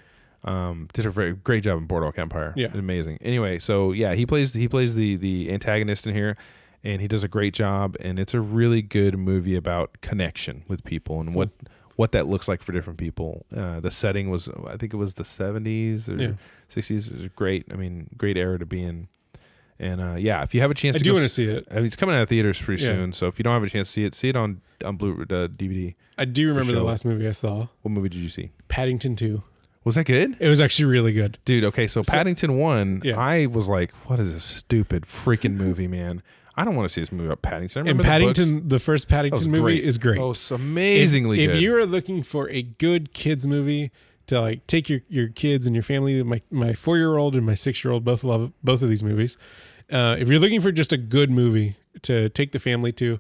[SPEAKER 1] Um, did a very, great job in Boardwalk Empire.
[SPEAKER 2] Yeah.
[SPEAKER 1] amazing. Anyway, so yeah, he plays he plays the the antagonist in here, and he does a great job. And it's a really good movie about connection with people and what what that looks like for different people. Uh, the setting was I think it was the seventies
[SPEAKER 2] Yeah.
[SPEAKER 1] or sixties. It was great. I mean, great era to be in. And uh, yeah, if you have a chance,
[SPEAKER 2] I
[SPEAKER 1] to
[SPEAKER 2] do
[SPEAKER 1] go
[SPEAKER 2] want to
[SPEAKER 1] s-
[SPEAKER 2] see it.
[SPEAKER 1] I mean, it's coming out of theaters pretty
[SPEAKER 2] Yeah.
[SPEAKER 1] soon. So if you don't have a chance to see it, see it on on Blu uh, DVD.
[SPEAKER 2] I do remember the
[SPEAKER 1] sure.
[SPEAKER 2] last movie I saw,
[SPEAKER 1] What movie did you see?
[SPEAKER 2] Paddington 2.
[SPEAKER 1] Was that good,
[SPEAKER 2] It was actually really good.
[SPEAKER 1] dude? Okay, so,
[SPEAKER 2] So-
[SPEAKER 1] Paddington One,
[SPEAKER 2] Yeah.
[SPEAKER 1] I was like, what is this stupid freaking movie, man? I don't want to see this movie about Paddington. I
[SPEAKER 2] And
[SPEAKER 1] remember the,
[SPEAKER 2] Paddington, the, first
[SPEAKER 1] books. That was
[SPEAKER 2] Paddington movie
[SPEAKER 1] great.
[SPEAKER 2] is great.
[SPEAKER 1] Oh, it's amazingly
[SPEAKER 2] if,
[SPEAKER 1] good.
[SPEAKER 2] If you are looking for a good kids movie to like take your, your kids and your family, my my four year old and my six year old both love both of these movies. Uh, if you're looking for just a good movie to take the family to,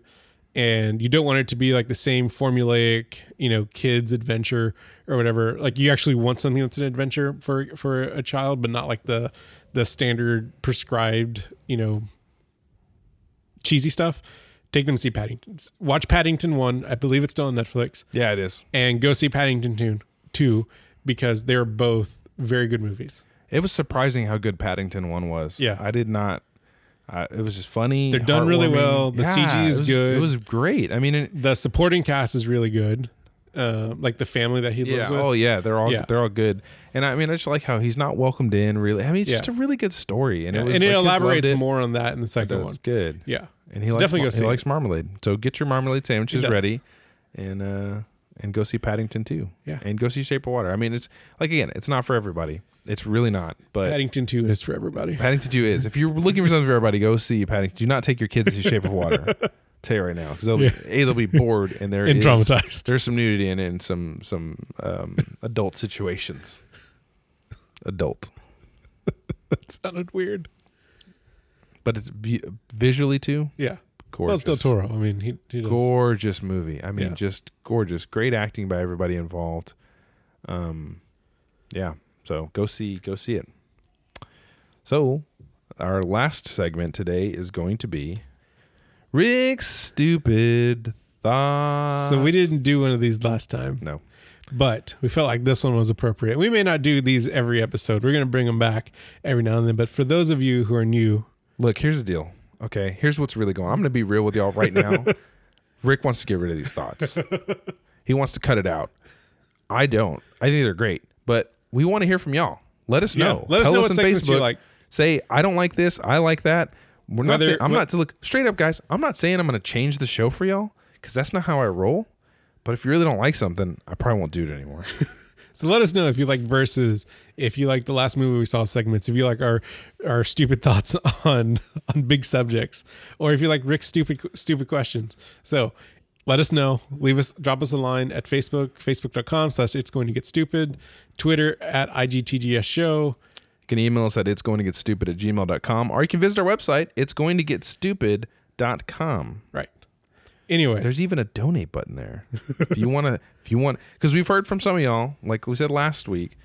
[SPEAKER 2] and you don't want it to be like the same formulaic, you know, kids adventure or whatever. Like you actually want something that's an adventure for for a child, but not like the the standard prescribed, you know, cheesy stuff. Take them to see Paddington. Watch Paddington one. I believe it's still on Netflix
[SPEAKER 1] yeah, it is.
[SPEAKER 2] and go see Paddington Two, two because they're both very good movies.
[SPEAKER 1] It was surprising how good Paddington One was.
[SPEAKER 2] Yeah.
[SPEAKER 1] I did not. I it was just funny.
[SPEAKER 2] They're done really
[SPEAKER 1] heartwarming.
[SPEAKER 2] well. The CG is
[SPEAKER 1] it was-
[SPEAKER 2] good.
[SPEAKER 1] It was great. I mean, it,
[SPEAKER 2] The supporting cast is really good, uh, like the family that he
[SPEAKER 1] Yeah.
[SPEAKER 2] lives with.
[SPEAKER 1] Oh yeah, they're all
[SPEAKER 2] Yeah.
[SPEAKER 1] they're all good. And I mean, I just like how he's not welcomed in. Really, I mean, it's
[SPEAKER 2] Yeah.
[SPEAKER 1] just a really good story, and it
[SPEAKER 2] and
[SPEAKER 1] was
[SPEAKER 2] it
[SPEAKER 1] like, kids loved
[SPEAKER 2] elaborates
[SPEAKER 1] it.
[SPEAKER 2] more on that in the
[SPEAKER 1] It
[SPEAKER 2] second
[SPEAKER 1] was
[SPEAKER 2] one.
[SPEAKER 1] good.
[SPEAKER 2] Yeah,
[SPEAKER 1] And he
[SPEAKER 2] So
[SPEAKER 1] likes
[SPEAKER 2] definitely
[SPEAKER 1] definitely
[SPEAKER 2] go see
[SPEAKER 1] he
[SPEAKER 2] it.
[SPEAKER 1] likes marmalade. So get your marmalade sandwiches
[SPEAKER 2] does.
[SPEAKER 1] ready, and uh and go see Paddington too.
[SPEAKER 2] Yeah.
[SPEAKER 1] and go see Shape of Water. I mean, it's like again, it's not for everybody. It's really not. But
[SPEAKER 2] Paddington Two is for everybody.
[SPEAKER 1] Paddington Two is. If you're looking for something for everybody, go see Paddington. Do not take your kids to Shape of Water. Tell you right now, because they'll be a they'll be bored and they're
[SPEAKER 2] And traumatized.
[SPEAKER 1] There's some nudity in it and some some um, adult situations. Adult,
[SPEAKER 2] that sounded weird.
[SPEAKER 1] but it's vi- visually too
[SPEAKER 2] Yeah, well,
[SPEAKER 1] gorgeous.
[SPEAKER 2] it's Del Toro. I mean, he, he does.
[SPEAKER 1] gorgeous movie. I mean,
[SPEAKER 2] Yeah.
[SPEAKER 1] just gorgeous. Great acting by everybody involved. Um, yeah. So go see go see it. So our last segment today is going to be Rick's stupid thoughts.
[SPEAKER 2] So we didn't do one of these last time.
[SPEAKER 1] No.
[SPEAKER 2] but we felt like this one was appropriate. We may not do these every episode. We're going to bring them back every now and then. But for those of you who are new,
[SPEAKER 1] Look, here's the deal. Okay, here's what's really going. on. I'm going to be real with y'all right now. Rick wants to get rid of these thoughts. he wants to cut it out. I don't. I think they're great, but we want to hear from y'all. Let us
[SPEAKER 2] Yeah,
[SPEAKER 1] know.
[SPEAKER 2] let us
[SPEAKER 1] Tell
[SPEAKER 2] know what
[SPEAKER 1] on
[SPEAKER 2] segments you
[SPEAKER 1] Facebook.
[SPEAKER 2] like.
[SPEAKER 1] Say I don't like this. I like that. We're not.
[SPEAKER 2] Whether-
[SPEAKER 1] saying, I'm
[SPEAKER 2] wh-
[SPEAKER 1] not to look straight up, guys. I'm not saying I'm going to change the show for y'all because that's not how I roll. But if you really don't like something, I probably won't do it anymore.
[SPEAKER 2] so let us know if you like verses, if you like the last movie we saw segments, if you like our our stupid thoughts on on big subjects, or if you like Rick's stupid stupid questions. So let us know. Leave us drop us a line at Facebook, Facebook.com slash it's going to get stupid, Twitter at IGTGS show.
[SPEAKER 1] You can email us at it's going to get stupid at gmail.com or you can visit our website, it's going to get stupid.com.
[SPEAKER 2] Right. Anyway.
[SPEAKER 1] There's even a donate button there. if you want to, if you want, because we've heard from some of y'all, like we said last week,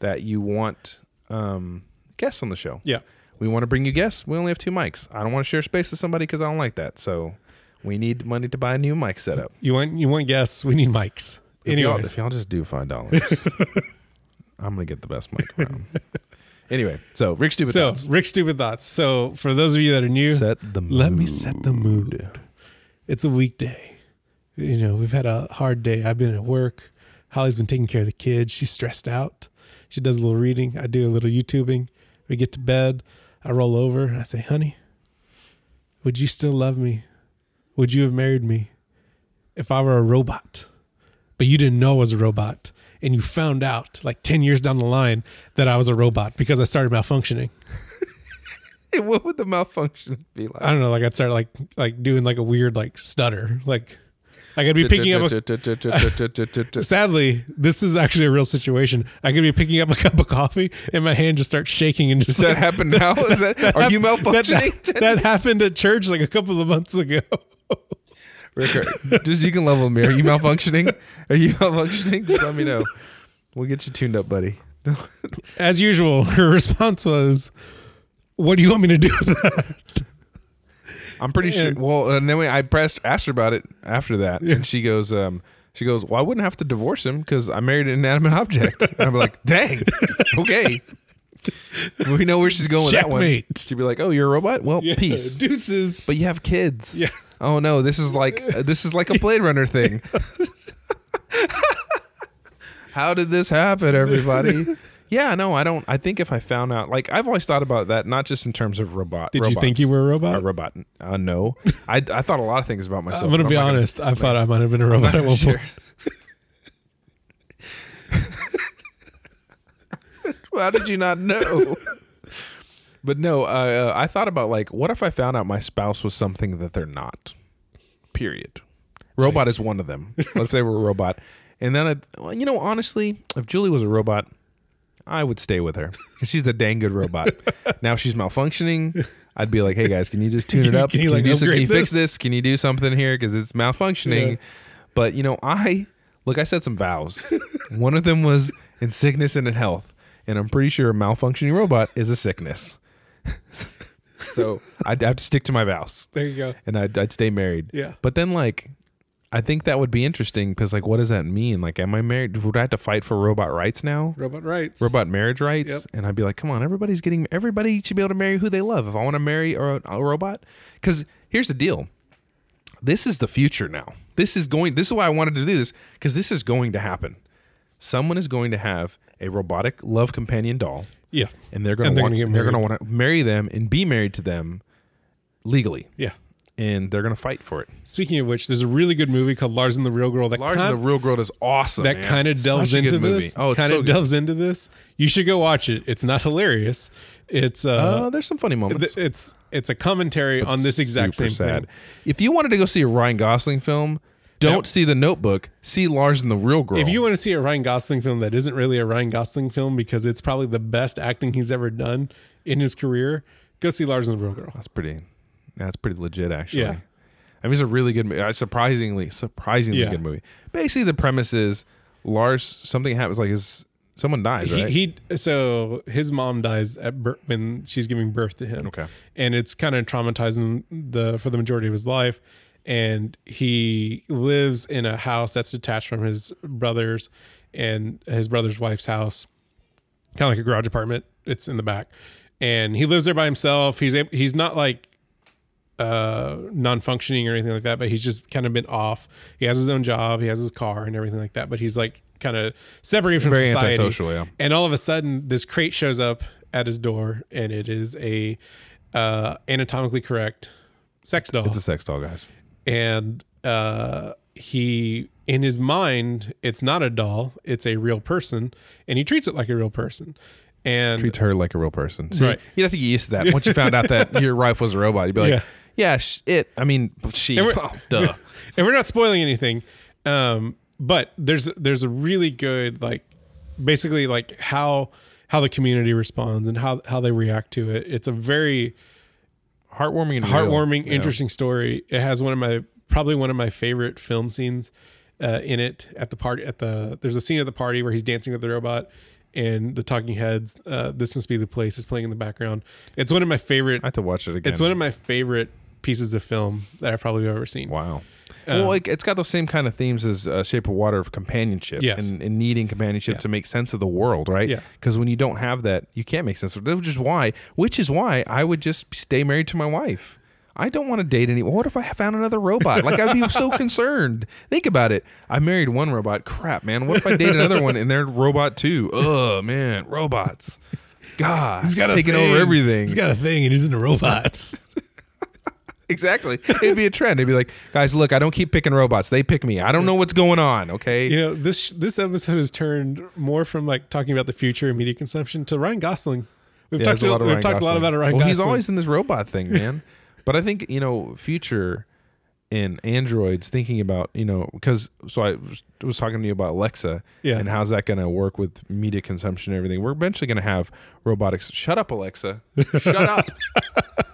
[SPEAKER 1] that you want um, guests on the show.
[SPEAKER 2] yeah.
[SPEAKER 1] We want to bring you guests. We only have two mics. I don't want to share space with somebody because I don't like that. So we need money to buy a new mic setup.
[SPEAKER 2] You want you want guests, we need mics.
[SPEAKER 1] If y'all-
[SPEAKER 2] Anyways.
[SPEAKER 1] if y'all just do five dollars, I'm gonna get the best mic around. anyway, so Rick Stupid
[SPEAKER 2] so
[SPEAKER 1] Thoughts.
[SPEAKER 2] Rick's stupid thoughts. So for those of you that are new,
[SPEAKER 1] set the mood.
[SPEAKER 2] let me set the mood. It's a weekday. You know, we've had a hard day. I've been at work. Holly's been taking care of the kids. She's stressed out. She does a little reading. I do a little YouTubing. We get to bed. I roll over and I say, "Honey, would you still love me? Would you have married me if I were a robot?" But you didn't know I was a robot, and you found out like ten years down the line that I was a robot because I started malfunctioning.
[SPEAKER 1] Hey, what would the malfunction be like?
[SPEAKER 2] I don't know, like I'd start like like doing like a weird like stutter, like like I'd be picking up. A, sadly, this is actually a real situation. I could be picking up a cup of coffee and my hand just starts shaking and just.
[SPEAKER 1] Does that happen now? Is that, are you
[SPEAKER 2] that,
[SPEAKER 1] malfunctioning?
[SPEAKER 2] that, that happened at church like a couple of months ago.
[SPEAKER 1] Rick, are- just you can level me. Are you malfunctioning? Are you malfunctioning? Just let me know. We'll get you tuned up, buddy.
[SPEAKER 2] As usual, her response was, "What do you want me to do with that?"
[SPEAKER 1] I'm pretty sure.
[SPEAKER 2] And-
[SPEAKER 1] Well, and then we, I pressed asked her about it after that, and she goes, um, she goes, "Well, I wouldn't have to divorce him because I married an inanimate object." and I'm like, "Dang, okay." We know where she's going with
[SPEAKER 2] Checkmate.
[SPEAKER 1] that one. She'd be like, "Oh, you're a robot. Well, peace."
[SPEAKER 2] deuces.
[SPEAKER 1] But you have kids.
[SPEAKER 2] Yeah.
[SPEAKER 1] Oh no, this is like uh, this is like a Blade Runner thing. How did this happen, everybody? Yeah, no, I don't. I think if I found out, like I've always thought about that, not just in terms of robot.
[SPEAKER 2] Did you think you were a robot?
[SPEAKER 1] a robot? Uh, no, I, I thought a lot of things about myself.
[SPEAKER 2] I'm gonna
[SPEAKER 1] but
[SPEAKER 2] be
[SPEAKER 1] not gonna-
[SPEAKER 2] honest. I thought I might have been a robot at one
[SPEAKER 1] Sure.
[SPEAKER 2] point.
[SPEAKER 1] How did you not know? but no, uh, uh, I thought about like, what if I found out my spouse was something that they're not? Period. Robot is one of them. what if they were a robot? And then, I, well, you know, honestly, if Julie was a robot, I would stay with her 'Cause she's a dang good robot. now if she's malfunctioning. I'd be like, hey guys, can you just tune it
[SPEAKER 2] Can you-
[SPEAKER 1] up?
[SPEAKER 2] can you, like,
[SPEAKER 1] do some-
[SPEAKER 2] upgrade
[SPEAKER 1] fix
[SPEAKER 2] this?"
[SPEAKER 1] this? Can you do something here? Because it's malfunctioning.
[SPEAKER 2] Yeah.
[SPEAKER 1] But you know, I look, I said some vows. One of them was in sickness and in health, and I'm pretty sure a malfunctioning robot is a sickness. so I'd have to stick to my vows,
[SPEAKER 2] There you go.
[SPEAKER 1] and I'd, I'd stay married.
[SPEAKER 2] Yeah.
[SPEAKER 1] But then, like, I think that would be interesting because, like, what does that mean? Like, am I married? Would I have to fight for robot rights now?
[SPEAKER 2] Robot rights.
[SPEAKER 1] Robot marriage rights,
[SPEAKER 2] Yep.
[SPEAKER 1] and I'd be like, "Come on, everybody's getting. Everybody should be able to marry who they love. If I want to marry a, a robot, because here's the deal: this is the future now. This is going. This is why I wanted to do this because this is going to happen. Someone is going to have a robotic love companion doll,
[SPEAKER 2] Yeah.
[SPEAKER 1] and they're going to
[SPEAKER 2] And they're
[SPEAKER 1] want.
[SPEAKER 2] gonna get
[SPEAKER 1] They're
[SPEAKER 2] married.
[SPEAKER 1] going to want to marry them and be married to them legally,
[SPEAKER 2] Yeah.
[SPEAKER 1] and they're going to fight for it.
[SPEAKER 2] Speaking of which, there's a really good movie called Lars and the Real Girl that
[SPEAKER 1] Lars
[SPEAKER 2] kind
[SPEAKER 1] in the Real World is awesome.
[SPEAKER 2] that
[SPEAKER 1] man.
[SPEAKER 2] kind of
[SPEAKER 1] Such
[SPEAKER 2] delves
[SPEAKER 1] a good
[SPEAKER 2] into
[SPEAKER 1] movie.
[SPEAKER 2] this.
[SPEAKER 1] Oh, it's
[SPEAKER 2] kind
[SPEAKER 1] so
[SPEAKER 2] of
[SPEAKER 1] good.
[SPEAKER 2] delves into this. You should go watch it. It's not hilarious. It's uh,
[SPEAKER 1] Uh, there's some funny moments.
[SPEAKER 2] th- it's it's a commentary on this exact
[SPEAKER 1] super
[SPEAKER 2] same
[SPEAKER 1] sad.
[SPEAKER 2] thing.
[SPEAKER 1] If you wanted to go see a Ryan Gosling film, don't
[SPEAKER 2] Nope.
[SPEAKER 1] see The Notebook. See Lars and the Real Girl.
[SPEAKER 2] If you want to see a Ryan Gosling film that isn't really a Ryan Gosling film because it's probably the best acting he's ever done in his career, go see Lars and the Real Girl.
[SPEAKER 1] that's pretty. That's pretty legit, actually.
[SPEAKER 2] Yeah.
[SPEAKER 1] I mean, it's a really good, mo- uh, surprisingly, surprisingly
[SPEAKER 2] Yeah.
[SPEAKER 1] good movie. Basically, the premise is Lars. Something happens, like his someone dies, right?
[SPEAKER 2] He, he so his mom dies at bir- when she's giving birth to him.
[SPEAKER 1] Okay.
[SPEAKER 2] and it's kind of traumatizing the for the majority of his life. And he lives in a house that's detached from his brother's and his brother's wife's house, kind of like a garage apartment. It's in the back, and he lives there by himself. He's ab- he's not like uh non-functioning or anything like that but he's just kind of been off he has his own job he has his car and everything like that but he's like kind of separated from
[SPEAKER 1] Very
[SPEAKER 2] society
[SPEAKER 1] antisocial, yeah.
[SPEAKER 2] and all of a sudden this crate shows up at his door and it is a uh anatomically correct sex doll
[SPEAKER 1] it's a sex doll, guys.
[SPEAKER 2] and uh he in his mind it's not a doll it's a real person and he treats it like a real person and
[SPEAKER 1] Treats her like a real person. See,
[SPEAKER 2] Right.
[SPEAKER 1] You'd have to get used to that. Once you found out that your wife was a robot, you'd be like,
[SPEAKER 2] Yeah.
[SPEAKER 1] yeah, sh- it. I mean, she.
[SPEAKER 2] we're-
[SPEAKER 1] Oh, duh.
[SPEAKER 2] and we're not spoiling anything um but there's there's a really good like basically like how how the community responds and how how they react to it it's a very
[SPEAKER 1] Heartwarming and real.
[SPEAKER 2] heartwarming
[SPEAKER 1] Yeah.
[SPEAKER 2] interesting story it has one of my probably one of my favorite film scenes uh, in it at the party at the there's a scene at the party where he's dancing with the robot and the talking heads uh, this must be the place is playing in the background it's one of my favorite
[SPEAKER 1] I have to watch it again.
[SPEAKER 2] it's one of my favorite pieces of film that i've probably ever seen
[SPEAKER 1] Wow.
[SPEAKER 2] Um,
[SPEAKER 1] well, like it's got those same kind of themes as uh, Shape of Water of companionship
[SPEAKER 2] Yes.
[SPEAKER 1] and, and needing companionship to make sense of the world, right?
[SPEAKER 2] Yeah.
[SPEAKER 1] Because when you don't have that, you can't make sense of it. Which is why, which is why I would just stay married to my wife. I don't want to date any. What if I found another robot? Like I'd be so concerned. Think about it. I married one robot. Crap, man. What if I date another one and they're robot too? Oh man, robots. God, he's taking over everything.
[SPEAKER 2] got a thing, and he's into robots.
[SPEAKER 1] Exactly. It'd be a trend. It'd be like, guys, look, I don't keep picking robots. They pick me. I don't know what's going on. Okay.
[SPEAKER 2] you know, this this episode has turned more from like talking about the future of media consumption to Ryan Gosling. We've
[SPEAKER 1] Yeah,
[SPEAKER 2] talked
[SPEAKER 1] there's
[SPEAKER 2] a,
[SPEAKER 1] lot of
[SPEAKER 2] we've
[SPEAKER 1] Ryan
[SPEAKER 2] talked a lot
[SPEAKER 1] Gosling.
[SPEAKER 2] about a Ryan
[SPEAKER 1] well,
[SPEAKER 2] Gosling.
[SPEAKER 1] He's always in this robot thing, man. but I think you know, future in androids thinking about you know because so I was, was talking to you about Alexa
[SPEAKER 2] Yeah.
[SPEAKER 1] and how's that going to work with media consumption and everything. We're eventually going to have robotics. Shut up, Alexa. Shut up.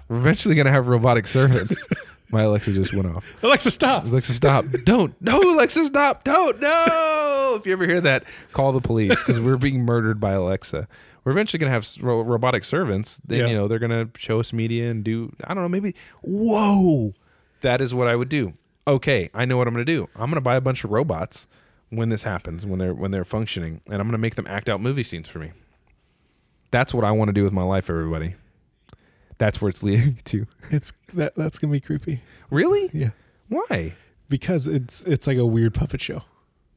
[SPEAKER 1] We're eventually going to have robotic servants. My Alexa just went off.
[SPEAKER 2] Alexa, stop.
[SPEAKER 1] Alexa, stop! Don't no, Alexa, stop! Don't no. Hello, if you ever hear that, call the police because we're being murdered by Alexa. We're eventually gonna have s- ro- robotic servants. Then
[SPEAKER 2] Yeah.
[SPEAKER 1] you know they're gonna show us media and do. I don't know. Maybe. Whoa, that is what I would do. Okay, I know what I'm gonna do. I'm gonna buy a bunch of robots when this happens, when they're when they're functioning, and I'm gonna make them act out movie scenes for me. That's what I want to do with my life, everybody. That's where it's leading me to.
[SPEAKER 2] It's that that's gonna be creepy.
[SPEAKER 1] Really?
[SPEAKER 2] Yeah,
[SPEAKER 1] Why?
[SPEAKER 2] because it's it's like a weird puppet show.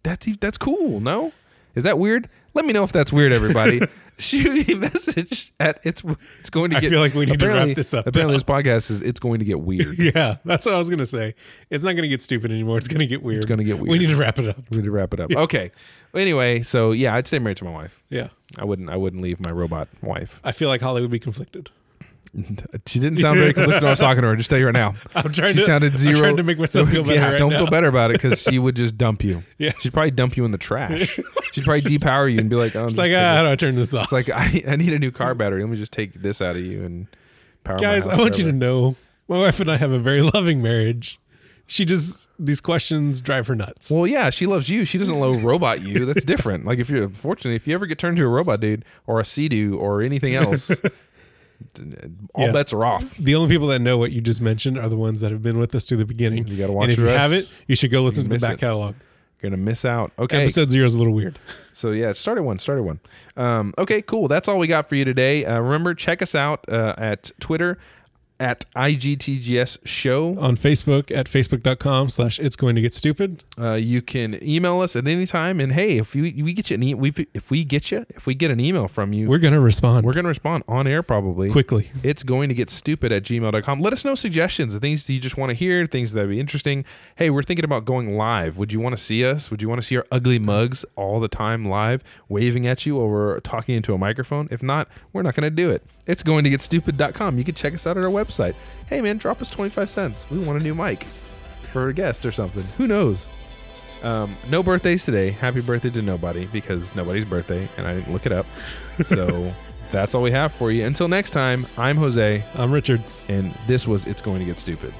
[SPEAKER 1] That's e- that's cool. No, is that weird? Let me know if that's weird, everybody. Shoot me a message at it's it's going to
[SPEAKER 2] I
[SPEAKER 1] get.
[SPEAKER 2] feel like we need to wrap
[SPEAKER 1] apparently-
[SPEAKER 2] this up
[SPEAKER 1] Apparently, this podcast is it's going to get weird.
[SPEAKER 2] Yeah, that's what I was gonna say. It's not gonna get stupid anymore. It's gonna get weird. It's
[SPEAKER 1] gonna get
[SPEAKER 2] We
[SPEAKER 1] weird.
[SPEAKER 2] need to wrap it up.
[SPEAKER 1] we need to wrap it up. Okay. Anyway, so yeah, I'd stay married to my wife.
[SPEAKER 2] Yeah,
[SPEAKER 1] I wouldn't. I wouldn't leave my robot wife.
[SPEAKER 2] I feel like Holly would be conflicted.
[SPEAKER 1] She didn't sound very conflicted when I was talking to her. Just tell you right now.
[SPEAKER 2] I'm trying
[SPEAKER 1] She
[SPEAKER 2] to.
[SPEAKER 1] sounded
[SPEAKER 2] I'm
[SPEAKER 1] zero.
[SPEAKER 2] trying to make myself feel better.
[SPEAKER 1] Yeah,
[SPEAKER 2] right
[SPEAKER 1] don't
[SPEAKER 2] now.
[SPEAKER 1] feel better about it because she would just dump you.
[SPEAKER 2] Yeah.
[SPEAKER 1] she'd probably dump you in the trash. She'd probably depower you and be like, um,
[SPEAKER 2] It's like, ah, how do I turn this
[SPEAKER 1] It's
[SPEAKER 2] off?
[SPEAKER 1] like I, I need a new car battery. Let me just take this out of you and power. "Oh my
[SPEAKER 2] guys,
[SPEAKER 1] house
[SPEAKER 2] I want you to
[SPEAKER 1] forever.
[SPEAKER 2] know, my wife and I have a very loving marriage. She just these questions drive her nuts.
[SPEAKER 1] Well, yeah, she loves you. She doesn't love robot you. That's different. Like if you're fortunately, if you ever get turned to a robot dude or a sea or anything else, th- all
[SPEAKER 2] Yeah.
[SPEAKER 1] bets are off.
[SPEAKER 2] the only people that know what you just mentioned are the ones that have been with us to the beginning.
[SPEAKER 1] You gotta watch
[SPEAKER 2] And if
[SPEAKER 1] the
[SPEAKER 2] you
[SPEAKER 1] rest.
[SPEAKER 2] haven't, you should go listen to the
[SPEAKER 1] miss
[SPEAKER 2] back
[SPEAKER 1] it.
[SPEAKER 2] catalog.
[SPEAKER 1] You're gonna miss out. Okay.
[SPEAKER 2] Episode zero is a little weird.
[SPEAKER 1] So yeah, started one, started one. Um, okay, cool. That's all we got for you today. Uh, remember, check us out uh, at Twitter at IGTGS show.
[SPEAKER 2] On Facebook at facebook.com slash it's going to get stupid.
[SPEAKER 1] Uh, you can email us at any time, and hey, if we, we get you an e- we, if we get you if we get an email from you, we're,
[SPEAKER 2] We're gonna respond
[SPEAKER 1] gonna respond on air probably.
[SPEAKER 2] quickly.
[SPEAKER 1] It's going to get stupid at gmail.com. Let us know suggestions, the things that you just want to hear, things that would be interesting. Hey, we're thinking about going live. Would you want to see us? Would you want to see our ugly mugs all the time live, waving at you while we're talking into a microphone? If not, we're not going to do it. It's going to get stupid.com. You can check us out at our website. Hey, man, drop us 25 cents. We want a new mic for a guest or something. Who knows? Um, no birthdays today. Happy birthday to nobody because it's nobody's birthday, and I didn't look it up. So that's all we have for you. Until next time, I'm Jose,
[SPEAKER 2] I'm Richard.
[SPEAKER 1] and this was It's Going to Get Stupid.